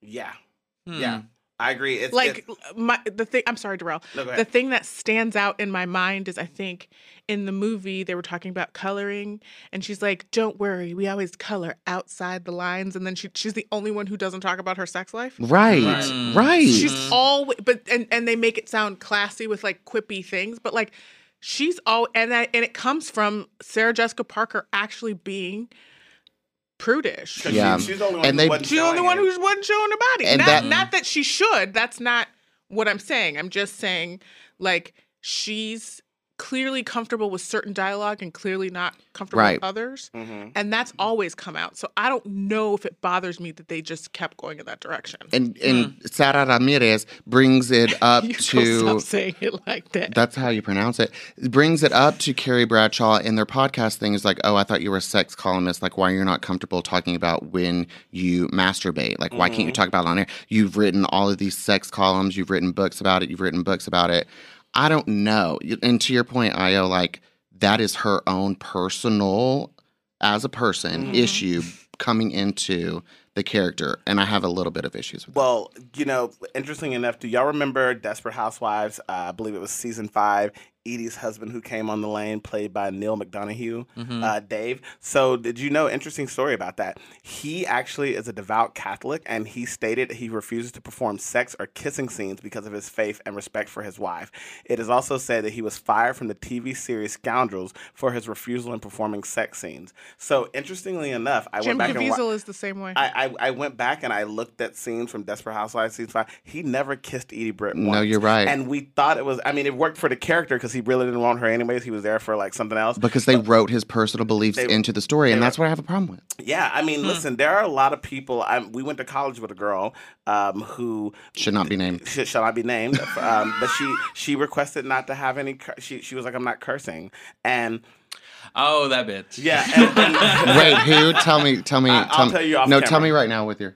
Speaker 3: yeah,
Speaker 4: Hmm.
Speaker 3: yeah. I agree. It's
Speaker 6: like
Speaker 3: it's-
Speaker 6: my the thing i'm sorry Darrell.
Speaker 3: no, go
Speaker 6: the
Speaker 3: ahead.
Speaker 6: thing that stands out in my mind is i think in the movie they were talking about coloring and she's like don't worry we always color outside the lines and then she, she's the only one who doesn't talk about her sex life
Speaker 5: Right.
Speaker 4: Right.
Speaker 5: Right.
Speaker 3: Mm-hmm.
Speaker 6: she's always but and, and they make it sound classy with like quippy things but like she's all and that and it comes from sarah jessica parker actually being prudish
Speaker 3: 'Cause
Speaker 5: Yeah.
Speaker 3: she- she's the only one
Speaker 5: And
Speaker 3: who
Speaker 5: they-
Speaker 3: wasn't
Speaker 6: She's the only
Speaker 3: showing
Speaker 6: one
Speaker 3: it.
Speaker 6: who wasn't showing her body.
Speaker 5: And
Speaker 6: not,
Speaker 5: that-
Speaker 6: not that she should. That's not what I'm saying. I'm just saying, like, she's clearly comfortable with certain dialogue and clearly not comfortable
Speaker 5: Right.
Speaker 6: with others.
Speaker 3: Mhm.
Speaker 6: And that's always come out. So I don't know if it bothers me that they just kept going in that direction.
Speaker 5: and and Sara Ramirez brings it up
Speaker 6: Hmm. you
Speaker 5: to
Speaker 6: go stop saying it like that.
Speaker 5: That's how you pronounce it. It Brings it up to Carrie Bradshaw in their podcast thing is like, oh, I thought you were a sex columnist. Like, why you're not comfortable talking about when you masturbate? Like, why can't
Speaker 3: Mm-hmm.
Speaker 5: you talk about it on air? You've written all of these sex columns. You've written books about it. You've written books about it. I don't know. You- And to your point, Io, like that is her own personal, as a person,
Speaker 3: Mm-hmm.
Speaker 5: issue coming into the character. And I have a little bit of issues with.
Speaker 3: Well, you know, interesting enough, do y'all remember Desperate Housewives? Uh, I believe it was season five. Edie's husband, who came on the lane, played by Neil McDonough,
Speaker 4: Mm-hmm.
Speaker 6: Mm.
Speaker 3: uh, Dave. So, did you know? Interesting story about that. He actually is a devout Catholic, and he stated he refuses to perform sex or kissing scenes because of his faith and respect for his wife. It is also said that he was fired from the TV series Scoundrels for his refusal in performing sex scenes. So, interestingly enough, I
Speaker 6: Jim
Speaker 3: went back and wa-
Speaker 6: Caviezel is the same way.
Speaker 3: I, I I went back and I looked at scenes from Desperate Housewives season five. He never kissed Edie Britt.
Speaker 5: No,
Speaker 3: Once.
Speaker 5: you're right.
Speaker 3: And we thought it was. I mean, it worked for the character because he really didn't want her anyways. He was there for like something else.
Speaker 5: because they wrote his personal beliefs
Speaker 3: uh, They-
Speaker 5: into the story, and
Speaker 3: they-
Speaker 5: that's what I have a problem with.
Speaker 3: yeah, I mean, listen, there are a lot of people. I, we went to college with a girl um, who
Speaker 5: Should not be named.
Speaker 3: should, shall I be named? um, but she she requested not to have any. Cur- she she was like, I'm not cursing. And
Speaker 4: Oh, that bitch.
Speaker 3: yeah, and, and-
Speaker 5: Wait, who? Tell me. Tell me.
Speaker 3: I- I'll
Speaker 5: tell me.
Speaker 3: tell you off
Speaker 5: no,
Speaker 3: camera.
Speaker 5: tell me right now with your.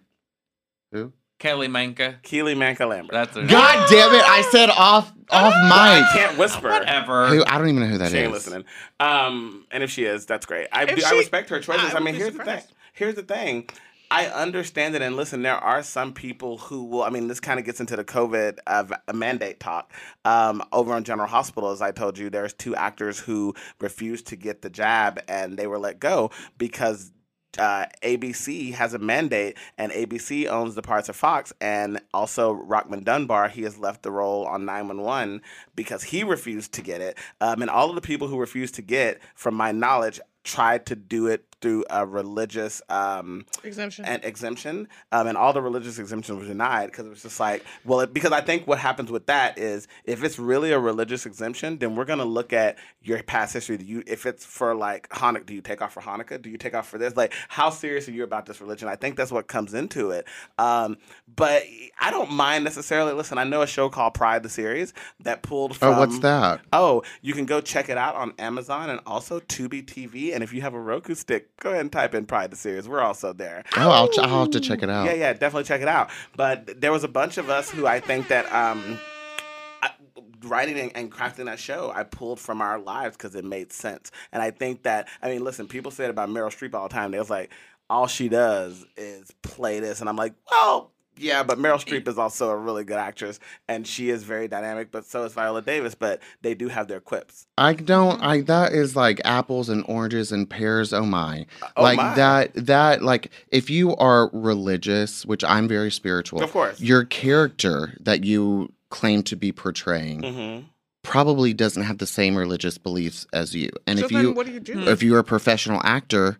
Speaker 5: Who?
Speaker 4: Kelly Manka.
Speaker 3: Keely Manka Lambert.
Speaker 4: That's her.
Speaker 5: God damn it! I said off off
Speaker 3: I
Speaker 5: mic.
Speaker 3: can't whisper.
Speaker 4: Whatever.
Speaker 5: Who? I don't even know who that is.
Speaker 3: she ain't listening. Um, and if she is, that's great. I,
Speaker 6: If
Speaker 3: do- I
Speaker 6: she-
Speaker 3: respect her choices.
Speaker 6: I
Speaker 3: I, mean,
Speaker 6: wouldn't be
Speaker 3: here's the thing.
Speaker 6: surprised.
Speaker 3: Here's the thing. I understand it, and listen, there are some people who will. I mean, this kind of gets into the COVID uh, v- mandate talk. Um, over on General Hospital, as I told you, there's two actors who refused to get the jab, and they were let go because uh, ABC has a mandate, and ABC owns the parts of Fox, and also Rockman Dunbar. He has left the role on 911 because he refused to get it. Um, and all of the people who refused to get, from my knowledge, tried to do it through a religious um,
Speaker 6: Exemption.
Speaker 3: an exemption, um, and all the religious exemptions were denied because it was just like, well, it, because I think what happens with that is if it's really a religious exemption, then we're gonna look at your past history. Do you, if it's for like Hanukkah, do you take off for Hanukkah? Do you take off for this? Like, how serious are you about this religion? I think that's what comes into it. Um, but I don't mind necessarily. Listen, I know a show called Pride the series that pulled.
Speaker 5: Oh,
Speaker 3: From,
Speaker 5: what's that?
Speaker 3: Oh, you can go check it out on Amazon and also Tubi TV. And if you have a Roku stick, go ahead and type in Pride the Series. We're also there.
Speaker 5: Oh, I'll, ch- I'll have to check it out.
Speaker 3: Yeah, yeah, definitely check it out. But there was a bunch of us who I think that um, I, writing and, and crafting that show, I pulled from our lives because it made sense. And I think that, I mean, listen, people say it about Meryl Streep all the time. They was like, all she does is play this. And I'm like, well, yeah, but Meryl Streep is also a really good actress, and she is very dynamic. But so is Viola Davis. But they do have their quips.
Speaker 5: I don't. I that is like apples and oranges and pears. Oh my!
Speaker 3: oh
Speaker 5: like
Speaker 3: my.
Speaker 5: that. That like if you are religious, which I'm very spiritual.
Speaker 3: Of course.
Speaker 5: Your character that you claim to be portraying
Speaker 3: Mm-hmm.
Speaker 5: probably doesn't have the same religious beliefs as you. And
Speaker 6: so
Speaker 5: if
Speaker 6: then
Speaker 5: you Hmm.
Speaker 6: what do you do?
Speaker 5: if you're a professional actor,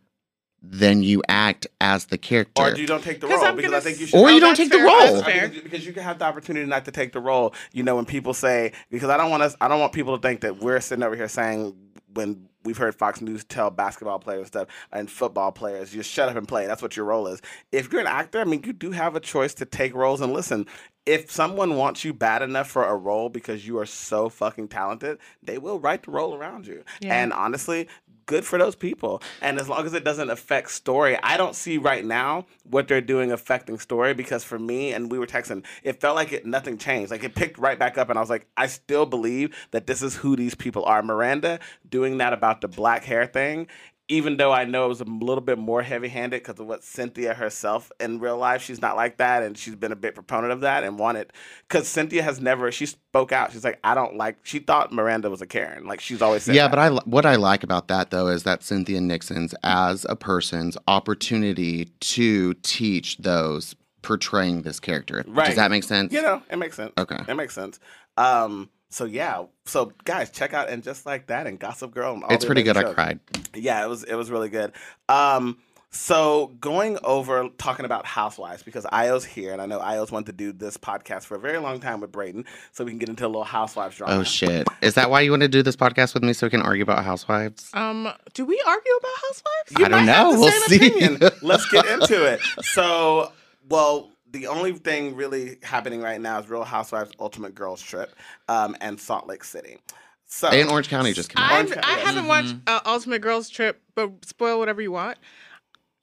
Speaker 5: then you act as the character.
Speaker 3: Or you don't take the
Speaker 6: 'Cause
Speaker 3: role
Speaker 6: I'm
Speaker 3: because I
Speaker 6: gonna
Speaker 3: think you
Speaker 6: s-
Speaker 3: should.
Speaker 5: Or you don't
Speaker 6: that's
Speaker 5: take the
Speaker 6: fair,
Speaker 5: role.
Speaker 6: That's
Speaker 3: I mean,
Speaker 6: fair.
Speaker 3: because- because you can have the opportunity not to take the role. You know, when people say because I don't want us, I don't want people to think that we're sitting over here saying when we've heard Fox News tell basketball players and stuff and football players, just shut up and play. That's what your role is. If you're an actor, I mean, you do have a choice to take roles and listen. If someone wants you bad enough for a role because you are so fucking talented, they will write the role around you.
Speaker 6: Yeah.
Speaker 3: And honestly, good for those people. And as long as it doesn't affect story, I don't see right now what they're doing affecting story because for me, and we were texting, it felt like it nothing changed. Like it picked right back up, and I was like, I still believe that this is who these people are. Miranda doing that about the black hair thing. even though I know it was a little bit more heavy handed because of what Cynthia herself in real life, she's not like that. And she's been a big proponent of that and wanted, because Cynthia has never, she spoke out. She's like, I don't like, she thought Miranda was a Karen. Like she's always said
Speaker 5: yeah,
Speaker 3: that.
Speaker 5: but I li- what I like about that though is that Cynthia Nixon's as a person's opportunity to teach those portraying this character.
Speaker 3: Right.
Speaker 5: Does that make sense?
Speaker 3: You know, it makes sense.
Speaker 5: Okay.
Speaker 3: It makes sense. Um, so yeah, so guys, check out and just like that and Gossip Girl. And all
Speaker 5: It's
Speaker 3: the
Speaker 5: pretty good.
Speaker 3: amazing
Speaker 5: I
Speaker 3: shows.
Speaker 5: cried.
Speaker 3: Yeah, it was it was really good. Um, so going over talking about housewives because Io's here and I know Io's wanted to do this podcast for a very long time with Brayden, so we can get into a little housewives drama.
Speaker 5: Oh shit! Is that why you want to do this podcast with me so we can argue about housewives?
Speaker 6: Um, do we argue about housewives?
Speaker 3: You
Speaker 5: I don't
Speaker 3: might have
Speaker 5: know.
Speaker 3: the
Speaker 5: We'll
Speaker 3: same
Speaker 5: see.
Speaker 3: opinion. Let's get into it. So, well, the only thing really happening right now is Real Housewives Ultimate Girls Trip, um, and Salt Lake City. So
Speaker 5: And Orange County just came out.
Speaker 6: I've,
Speaker 3: Orange
Speaker 6: I
Speaker 3: County.
Speaker 6: haven't watched uh, Ultimate Girls Trip, but spoil whatever you want.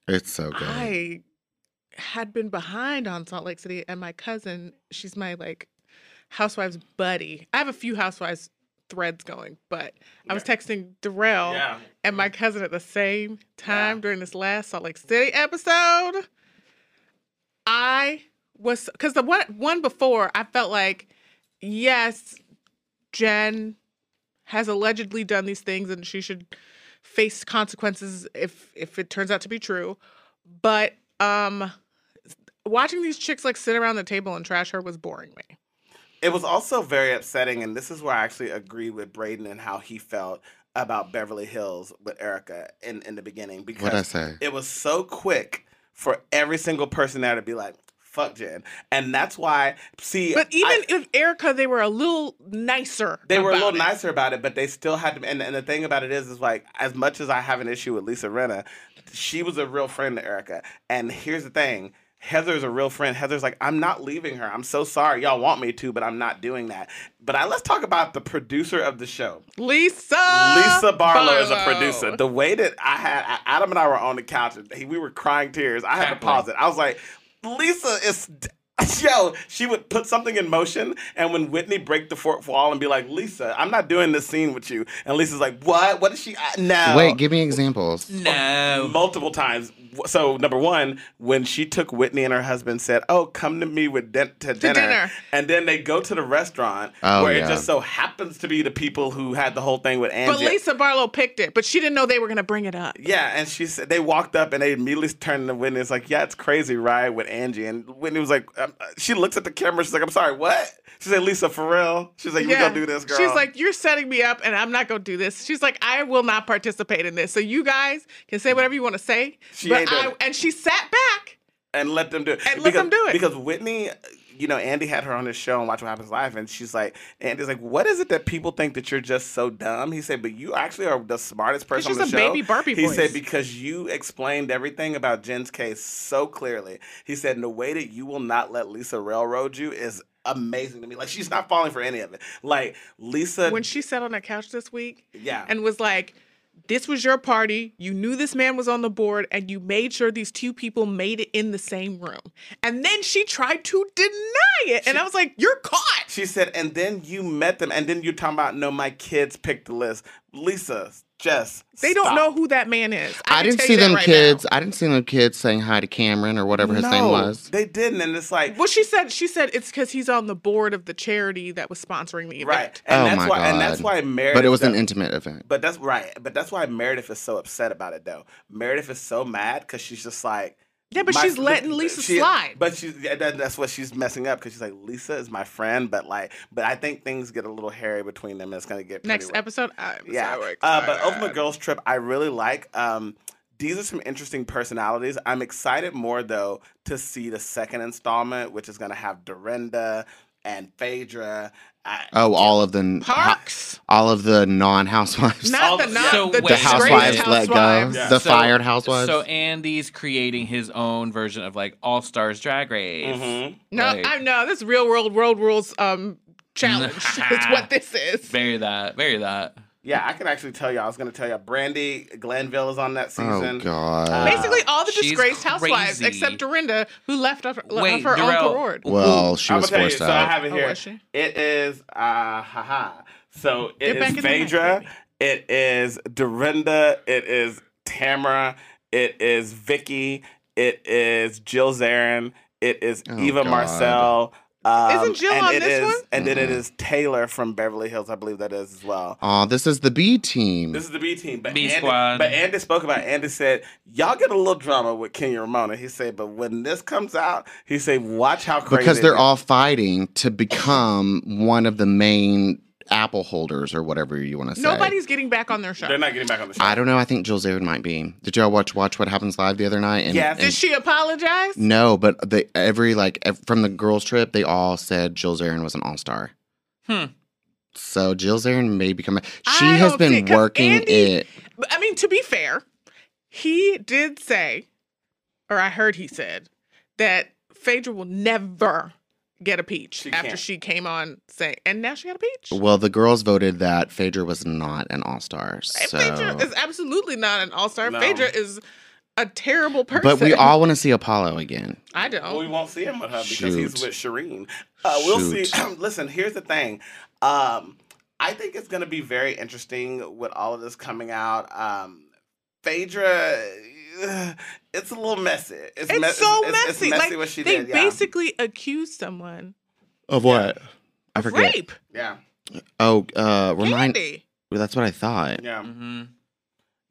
Speaker 5: It's so good.
Speaker 6: I had been behind on Salt Lake City, and my cousin, she's my like housewives buddy. I have a few housewives threads going, but I was texting Darrell and my cousin at the same time during this last Salt Lake City episode. I was because the one one before, I felt like yes, Jen has allegedly done these things, and she should face consequences if if it turns out to be true. But um watching these chicks like sit around the table and trash her was boring me.
Speaker 3: It was also very upsetting, and this is where I actually agreed with Braden and how he felt about Beverly Hills with Erica in, in the beginning because
Speaker 5: What'd I say?
Speaker 3: it was so quick for every single person there to be like, fuck Jen. And that's why, see,
Speaker 6: But
Speaker 3: I-
Speaker 6: even with Erica, they were a little nicer.
Speaker 3: they were a
Speaker 6: about
Speaker 3: little
Speaker 6: it.
Speaker 3: nicer about it, but they still had to. And, and the thing about it is, is like as much as I have an issue with Lisa Renna, she was a real friend to Erica. And here's the thing. Heather's a real friend. Heather's like, I'm not leaving her. I'm so sorry. Y'all want me to, but I'm not doing that. But I, let's talk about the producer of the show.
Speaker 6: Lisa
Speaker 3: Lisa Barlow is a
Speaker 6: Barlow.
Speaker 3: producer. The way that I had I- Adam and I were on the couch and he, we were crying tears. I had to
Speaker 4: Cackling.
Speaker 3: pause it. I was like, Lisa is. d- Yo, she would put something in motion, and when Whitney break the fourth wall and be like, "Lisa, I'm not doing this scene with you," and Lisa's like, "What? What is she? I, no."
Speaker 5: Wait, give me examples.
Speaker 4: No.
Speaker 3: multiple times. So number one, when she took Whitney and her husband said, "Oh, come to me with din- to, dinner.
Speaker 6: dinner.
Speaker 3: and then they go to the restaurant
Speaker 5: Oh,
Speaker 3: where it
Speaker 5: yeah.
Speaker 3: just so happens to be the people who had the whole thing with Angie.
Speaker 6: But Lisa Barlow picked it, but she didn't know they were gonna bring it up.
Speaker 3: Yeah, and she said they walked up and they immediately turned to Whitney. It's like, yeah, it's crazy, right? With Angie and Whitney was like, um, uh, she looks at the camera. She's like, I'm sorry, what? She said, Lisa, for real? She's like, we gonna do this, girl.
Speaker 6: She's like, You're setting me up and I'm not gonna do this. She's like, I will not participate in this. So you guys can say whatever you want to say.
Speaker 3: She
Speaker 6: but
Speaker 3: ain't doing
Speaker 6: I
Speaker 3: it.
Speaker 6: and she sat back
Speaker 3: and let them do it.
Speaker 6: And let them do it.
Speaker 3: because Whitney. You know, Andy had her on his show and Watch What Happens Live, and she's like, Andy's like, what is it that people think that you're just so dumb? He said, but you actually are the smartest person on the
Speaker 6: just a
Speaker 3: show.
Speaker 6: baby Barbie
Speaker 3: He said
Speaker 6: voice.
Speaker 3: because you explained everything about Jen's case so clearly. He said, and the way that you will not let Lisa railroad you is amazing to me. Like she's not falling for any of it. Like Lisa,
Speaker 6: when she sat on that couch this week
Speaker 3: yeah,
Speaker 6: and was like, This was your party. You knew this man was on the board, and you made sure these two people made it in the same room. And then she tried to deny it. And I was like, You're caught.
Speaker 3: She said, and then you met them, and then you're talking about no, my kids picked the list. Lisa, Jess,
Speaker 6: They don't
Speaker 3: stop.
Speaker 6: know who that man is.
Speaker 5: I,
Speaker 6: can
Speaker 5: didn't
Speaker 6: tell
Speaker 5: see
Speaker 6: you that
Speaker 5: them
Speaker 6: right now.
Speaker 5: kids. I didn't see them kids saying hi to Cameron or whatever his name was.
Speaker 3: They didn't, and it's like
Speaker 6: Well, she said she said it's because he's on the board of the charity that was sponsoring the event.
Speaker 3: right, and
Speaker 5: oh
Speaker 3: that's
Speaker 5: my
Speaker 3: why,
Speaker 5: god!
Speaker 3: and that's why Meredith.
Speaker 5: But it was an
Speaker 3: does-
Speaker 5: intimate event.
Speaker 3: But that's right. But that's why Meredith is so upset about it, though. Meredith is so mad because she's just like.
Speaker 6: Yeah, but she's letting Lisa slide.
Speaker 3: But she's yeah, that, that's what she's messing up because she's like Lisa is my friend, but like, but I think things get a little hairy between them. and It's gonna get pretty
Speaker 6: Next
Speaker 3: rough.
Speaker 6: episode, I'm
Speaker 3: Yeah. Uh,
Speaker 6: so
Speaker 3: but
Speaker 6: excited.
Speaker 3: Ultimate Girls Trip, I really like. Um, these are some interesting personalities. I'm excited more though to see the second installment, which is going to have Dorinda and Phaedra. I,
Speaker 5: Oh, all of the
Speaker 6: Parks,
Speaker 5: all of the non-housewives,
Speaker 6: not the
Speaker 4: So
Speaker 6: not the,
Speaker 4: wait.
Speaker 5: the
Speaker 4: greatest
Speaker 5: housewives
Speaker 6: disgraced
Speaker 5: let go,
Speaker 6: housewives.
Speaker 3: Yeah.
Speaker 5: the
Speaker 4: So-
Speaker 5: fired housewives.
Speaker 4: So Andy's creating his own version of like All Stars Drag Race.
Speaker 3: Mhm.
Speaker 6: No,
Speaker 4: Like,
Speaker 6: I know this real world world rules um challenge is what this is.
Speaker 4: Bury that. Bury that.
Speaker 3: Yeah, I can actually tell you. I was going to tell you. Brandy Glanville is on that
Speaker 5: oh
Speaker 3: season.
Speaker 5: god.
Speaker 3: Uh,
Speaker 6: Basically, all the
Speaker 4: She's
Speaker 6: disgraced housewives
Speaker 4: crazy.
Speaker 6: except Dorinda, who left of,
Speaker 4: Wait,
Speaker 6: of her
Speaker 4: Darrell.
Speaker 6: own accord.
Speaker 5: well, she
Speaker 3: I'm
Speaker 5: was
Speaker 3: gonna tell you,
Speaker 5: forced
Speaker 3: so I
Speaker 5: out.
Speaker 3: have it
Speaker 6: Oh,
Speaker 3: here.
Speaker 6: was she?
Speaker 3: It is, uh, haha. So it
Speaker 6: Get
Speaker 3: is
Speaker 6: back in the
Speaker 3: Phaedra.
Speaker 6: night,
Speaker 3: it is Dorinda. It is Tamara. It is Vicky. It is Jill Zarin. It is
Speaker 5: Oh,
Speaker 3: Eva
Speaker 5: God.
Speaker 3: Marcel. Um,
Speaker 6: Isn't Jill
Speaker 3: and
Speaker 6: on
Speaker 3: it
Speaker 6: this
Speaker 3: is-
Speaker 6: one?
Speaker 3: And then it
Speaker 5: Mm-mm.
Speaker 3: is Taylor from Beverly Hills, I believe that is as well.
Speaker 5: Aw, this is the B team.
Speaker 3: This is the B team, but
Speaker 4: B
Speaker 3: Andy,
Speaker 4: squad.
Speaker 3: But Andy spoke about. it. Andy said, "Y'all get a little drama with Kenya Ramona." He said, "But when this comes out, he said, watch how crazy
Speaker 5: because
Speaker 3: it
Speaker 5: they're
Speaker 3: is."
Speaker 5: all fighting to become one of the main apple holders or whatever you want to say.
Speaker 6: Nobody's getting back on their show.
Speaker 3: They're not getting back on the show.
Speaker 5: I don't know. I think Jill Zarin might be. Did y'all watch Watch What Happens Live the other night? And,
Speaker 3: Yes.
Speaker 5: and-
Speaker 6: Did she apologize?
Speaker 5: No, but they every like ev- from the girls trip, they all said Jill Zarin was an all star.
Speaker 4: Hmm.
Speaker 5: So Jill Zarin may become. She
Speaker 6: I
Speaker 5: has
Speaker 6: don't
Speaker 5: been
Speaker 6: think- 'cause
Speaker 5: working
Speaker 6: Andy-
Speaker 5: it.
Speaker 6: But, I mean, to be fair, he did say, or I heard he said, that Phaedra will never get a peach
Speaker 3: She
Speaker 6: after
Speaker 3: can't.
Speaker 6: she came on saying, and now she got a peach.
Speaker 5: Well, the girls voted that Phaedra was not an all star.
Speaker 6: And
Speaker 5: So.
Speaker 6: Phaedra is absolutely not an all star.
Speaker 3: No.
Speaker 6: Phaedra is a terrible person.
Speaker 5: But we all want to see Apollo again.
Speaker 6: I
Speaker 3: Well, we
Speaker 6: don't.
Speaker 3: won't see him with her because he's
Speaker 5: Shoot.
Speaker 3: with Shireen. Uh, we'll see.
Speaker 5: Shoot.
Speaker 3: Listen, here's the thing. Um, I think it's going to be very interesting with all of this coming out. Um, Phaedra, ugh, it's a little messy. It's,
Speaker 6: It's
Speaker 3: me-
Speaker 6: so
Speaker 3: it's- it's- it's
Speaker 6: messy. like
Speaker 3: what she
Speaker 6: they
Speaker 3: did. Yeah.
Speaker 6: basically accused someone
Speaker 5: Of what? I
Speaker 6: of
Speaker 5: forget.
Speaker 6: rape.
Speaker 3: yeah,
Speaker 5: Oh, uh, remind.
Speaker 6: Candy.
Speaker 5: Well, that's what I thought.
Speaker 3: yeah.
Speaker 4: Mm-hmm.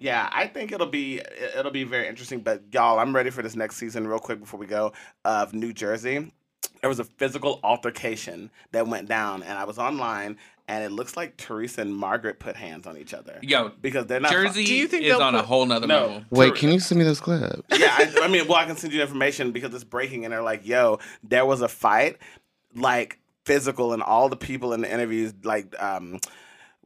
Speaker 3: Yeah, I think it'll be it- it'll be very interesting. But y'all, I'm ready for this next season. Real quick before we go, of New Jersey, there was a physical altercation that went down, and I was online, and it looks like Teresa and Margaret put hands on each other
Speaker 4: Yo,
Speaker 3: because they're not.
Speaker 4: Jersey
Speaker 6: Do you think
Speaker 4: is
Speaker 6: they'll
Speaker 4: on a
Speaker 6: put-
Speaker 4: whole nother
Speaker 3: No.
Speaker 4: level.
Speaker 5: Wait,
Speaker 3: Ter-
Speaker 5: can you send me those clips?
Speaker 3: yeah, I, I mean, well, I can send you information because it's breaking, and they're like, "Yo, there was a fight, like physical, and all the people in the interviews, like." um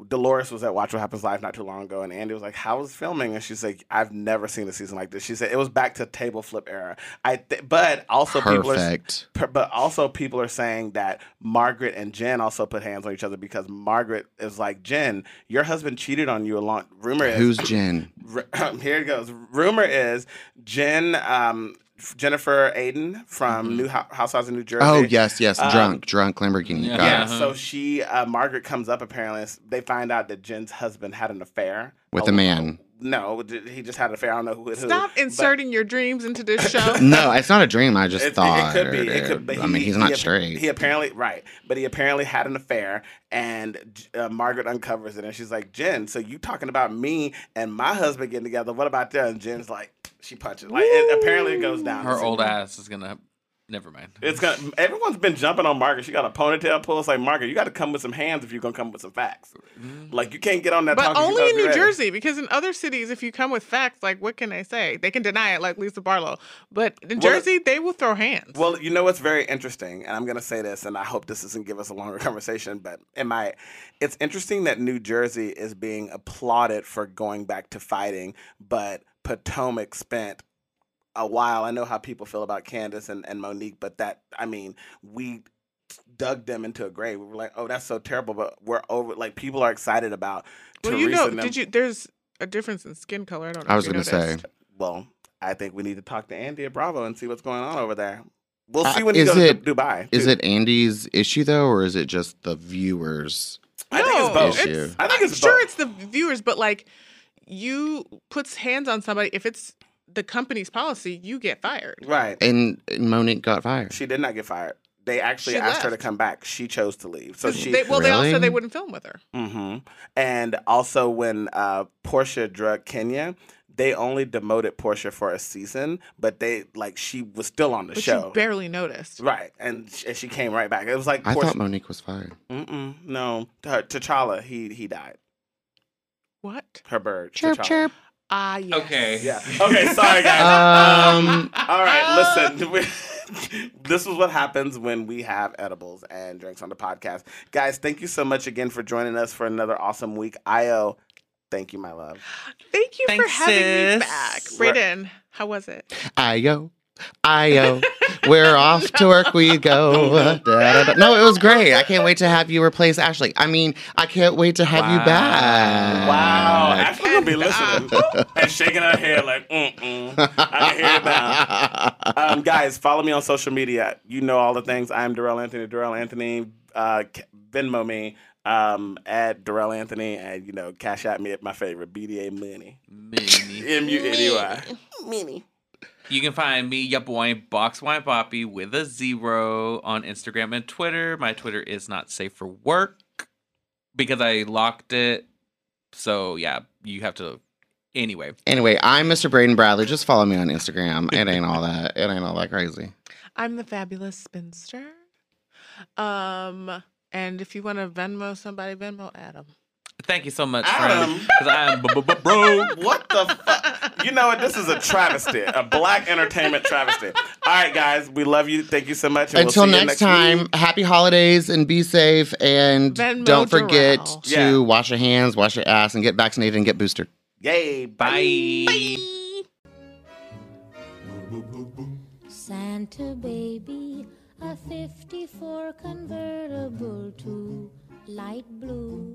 Speaker 3: Dolores was at Watch What Happens Live not too long ago, and Andy was like, "How was filming?" And she's like, "I've never seen a season like this." She said it was back to table flip era. I, th- but also people are,
Speaker 5: Perfect.
Speaker 3: per- but also people are saying that Margaret and Jen also put hands on each other because Margaret is like, "Jen, your husband cheated on you." A long rumor is
Speaker 5: Who's Jen?
Speaker 3: R- um, here it goes. Rumor is Jen, um, Jennifer Aiden from New Ho- Housewives of New Jersey.
Speaker 5: Oh yes, yes,
Speaker 3: Um,
Speaker 5: drunk, drunk Lamborghini.
Speaker 4: Yeah.
Speaker 5: Got
Speaker 3: Yeah,
Speaker 5: it.
Speaker 4: Uh-huh.
Speaker 3: so she uh, Margaret comes up apparently. and s- They find out that Jen's husband had an affair Oh,
Speaker 5: With a man.
Speaker 3: No, d- he just had an affair. I don't know who. who,
Speaker 6: Stop
Speaker 3: but-
Speaker 6: inserting your dreams into this show.
Speaker 5: No, it's not a dream. I just
Speaker 3: It- it-
Speaker 5: thought.
Speaker 3: It could be. It could, but
Speaker 5: I mean,
Speaker 3: he-
Speaker 5: he's not
Speaker 3: he, ap-
Speaker 5: straight.
Speaker 3: He apparently right, but he apparently had an affair, and uh, Margaret uncovers it, and she's like, "Jen, so you talking about me and my husband getting together? What about that?" And Jen's like, she punches. Like it, apparently, it goes down.
Speaker 4: Her
Speaker 3: It's-
Speaker 4: old ass is gonna. Never mind.
Speaker 3: It's gonna. Everyone's been jumping on Margaret. She got a ponytail pull. It's like Margaret, you got to come with some hands if you're gonna come with some facts.
Speaker 4: Mm-hmm.
Speaker 3: Like you can't get on that.
Speaker 6: But
Speaker 3: talk if you
Speaker 6: only
Speaker 3: don't
Speaker 6: in
Speaker 3: be
Speaker 6: New
Speaker 3: ready.
Speaker 6: Jersey, because in other cities, if you come with facts, like what can they say? They can deny it, like Lisa Barlow. But in
Speaker 3: Well,
Speaker 6: Jersey, they will throw hands.
Speaker 3: Well, you know what's very interesting, and I'm gonna say this, and I hope this doesn't give us a longer conversation, but it might. It's interesting that New Jersey is being applauded for going back to fighting, but Potomac spent a while. I know how people feel about Candace and, and Monique, but that I mean, we dug them into a grave. We were like, oh, that's so terrible, but we're over. Like people are excited about.
Speaker 6: well,
Speaker 3: Teresa
Speaker 6: you know,
Speaker 3: and them.
Speaker 6: did you? There's a difference in skin color. I don't.
Speaker 5: I
Speaker 6: know if
Speaker 5: was
Speaker 6: you
Speaker 5: gonna say.
Speaker 6: noticed.
Speaker 3: Well, I think we need to talk to Andy at Bravo and see what's going on over there. We'll
Speaker 5: Uh,
Speaker 3: see when he
Speaker 5: is
Speaker 3: goes
Speaker 5: it-
Speaker 3: to Dubai.
Speaker 5: Is
Speaker 3: too.
Speaker 5: it Andy's issue though, or is it just the viewers?
Speaker 3: I think it's
Speaker 6: No,
Speaker 3: both.
Speaker 5: Issue.
Speaker 3: I think it's
Speaker 6: sure
Speaker 3: both.
Speaker 6: it's the viewers, but like you puts hands on somebody. If it's the company's policy, you get fired.
Speaker 3: right.
Speaker 5: And Monique got fired.
Speaker 3: She did not get fired. They actually
Speaker 6: She
Speaker 3: asked her to
Speaker 6: left.
Speaker 3: come back. She chose to leave. So
Speaker 6: 'Cause
Speaker 3: she
Speaker 6: they, well, they also
Speaker 5: Really?
Speaker 6: they wouldn't film with her.
Speaker 3: hmm And also, when uh, Portia drug Kenya, they only demoted Portia for a season, but they like she was still on the
Speaker 6: But
Speaker 3: show,
Speaker 6: you barely noticed.
Speaker 3: right? And she, and she came right back. It was like
Speaker 5: I
Speaker 3: Portia.
Speaker 5: thought Monique was fired.
Speaker 3: Mm-mm, no, her, T'Challa. He he died.
Speaker 6: What?
Speaker 3: Her bird. T'Challa.
Speaker 6: Ah, yes.
Speaker 4: Okay.
Speaker 3: Yeah. Okay. Sorry, guys.
Speaker 6: Uh,
Speaker 5: Um,
Speaker 3: All
Speaker 6: Ah.
Speaker 3: right, listen. we- this is what happens when we have edibles and drinks on the podcast. Guys, thank you so much again for joining us for another awesome week. Io, thank you, my love.
Speaker 6: Thank you for
Speaker 4: Thanks,
Speaker 6: having me
Speaker 4: sis.
Speaker 6: back,
Speaker 3: We're-
Speaker 6: Brayden. How was it?
Speaker 5: Io, Io, we're off to work we go. Da, da, da. No, it was great. I can't wait to have you replace Ashley. I mean, I can't wait to have you
Speaker 4: Wow.
Speaker 5: back. Mm.
Speaker 3: Wow. Ashley gonna be
Speaker 6: And, uh,
Speaker 3: listening and shaking her head like, mm-mm. I can hear it now. um, guys, follow me on social media. You know all the things. I'm Darrell Anthony. Darrell Anthony. Uh, c- Venmo me um, at Darrell Anthony, and you know, cash out me at my favorite BDA Money.
Speaker 4: Mini.
Speaker 3: M U N E Y.
Speaker 4: You can find me, your boy, Box Wine Boppy with a zero on Instagram and Twitter. My Twitter is not safe for work because I locked it. So yeah, you have to. Anyway,
Speaker 5: Anyway, I'm Mr. Braden Bradley. Just follow me on Instagram. It ain't all that. It ain't all that crazy.
Speaker 6: I'm the fabulous spinster. Um, and if you want to Venmo somebody, Venmo Adam.
Speaker 4: thank you so much,
Speaker 3: Adam.
Speaker 4: Because I'm b- b- b- bro.
Speaker 3: What the fuck? You know what? This is a travesty, a black entertainment travesty. All right, guys, we love you. Thank you so much. and we'll
Speaker 5: Until
Speaker 3: see you
Speaker 5: next, time,
Speaker 3: week.
Speaker 5: happy holidays and be safe. And
Speaker 6: Venmo
Speaker 5: don't forget
Speaker 6: Darrell.
Speaker 5: to
Speaker 3: Yeah.
Speaker 5: wash your hands, wash your ass, and get vaccinated and get boosted.
Speaker 3: Yay!
Speaker 4: Bye.
Speaker 2: Santa baby, a 54 convertible to light blue.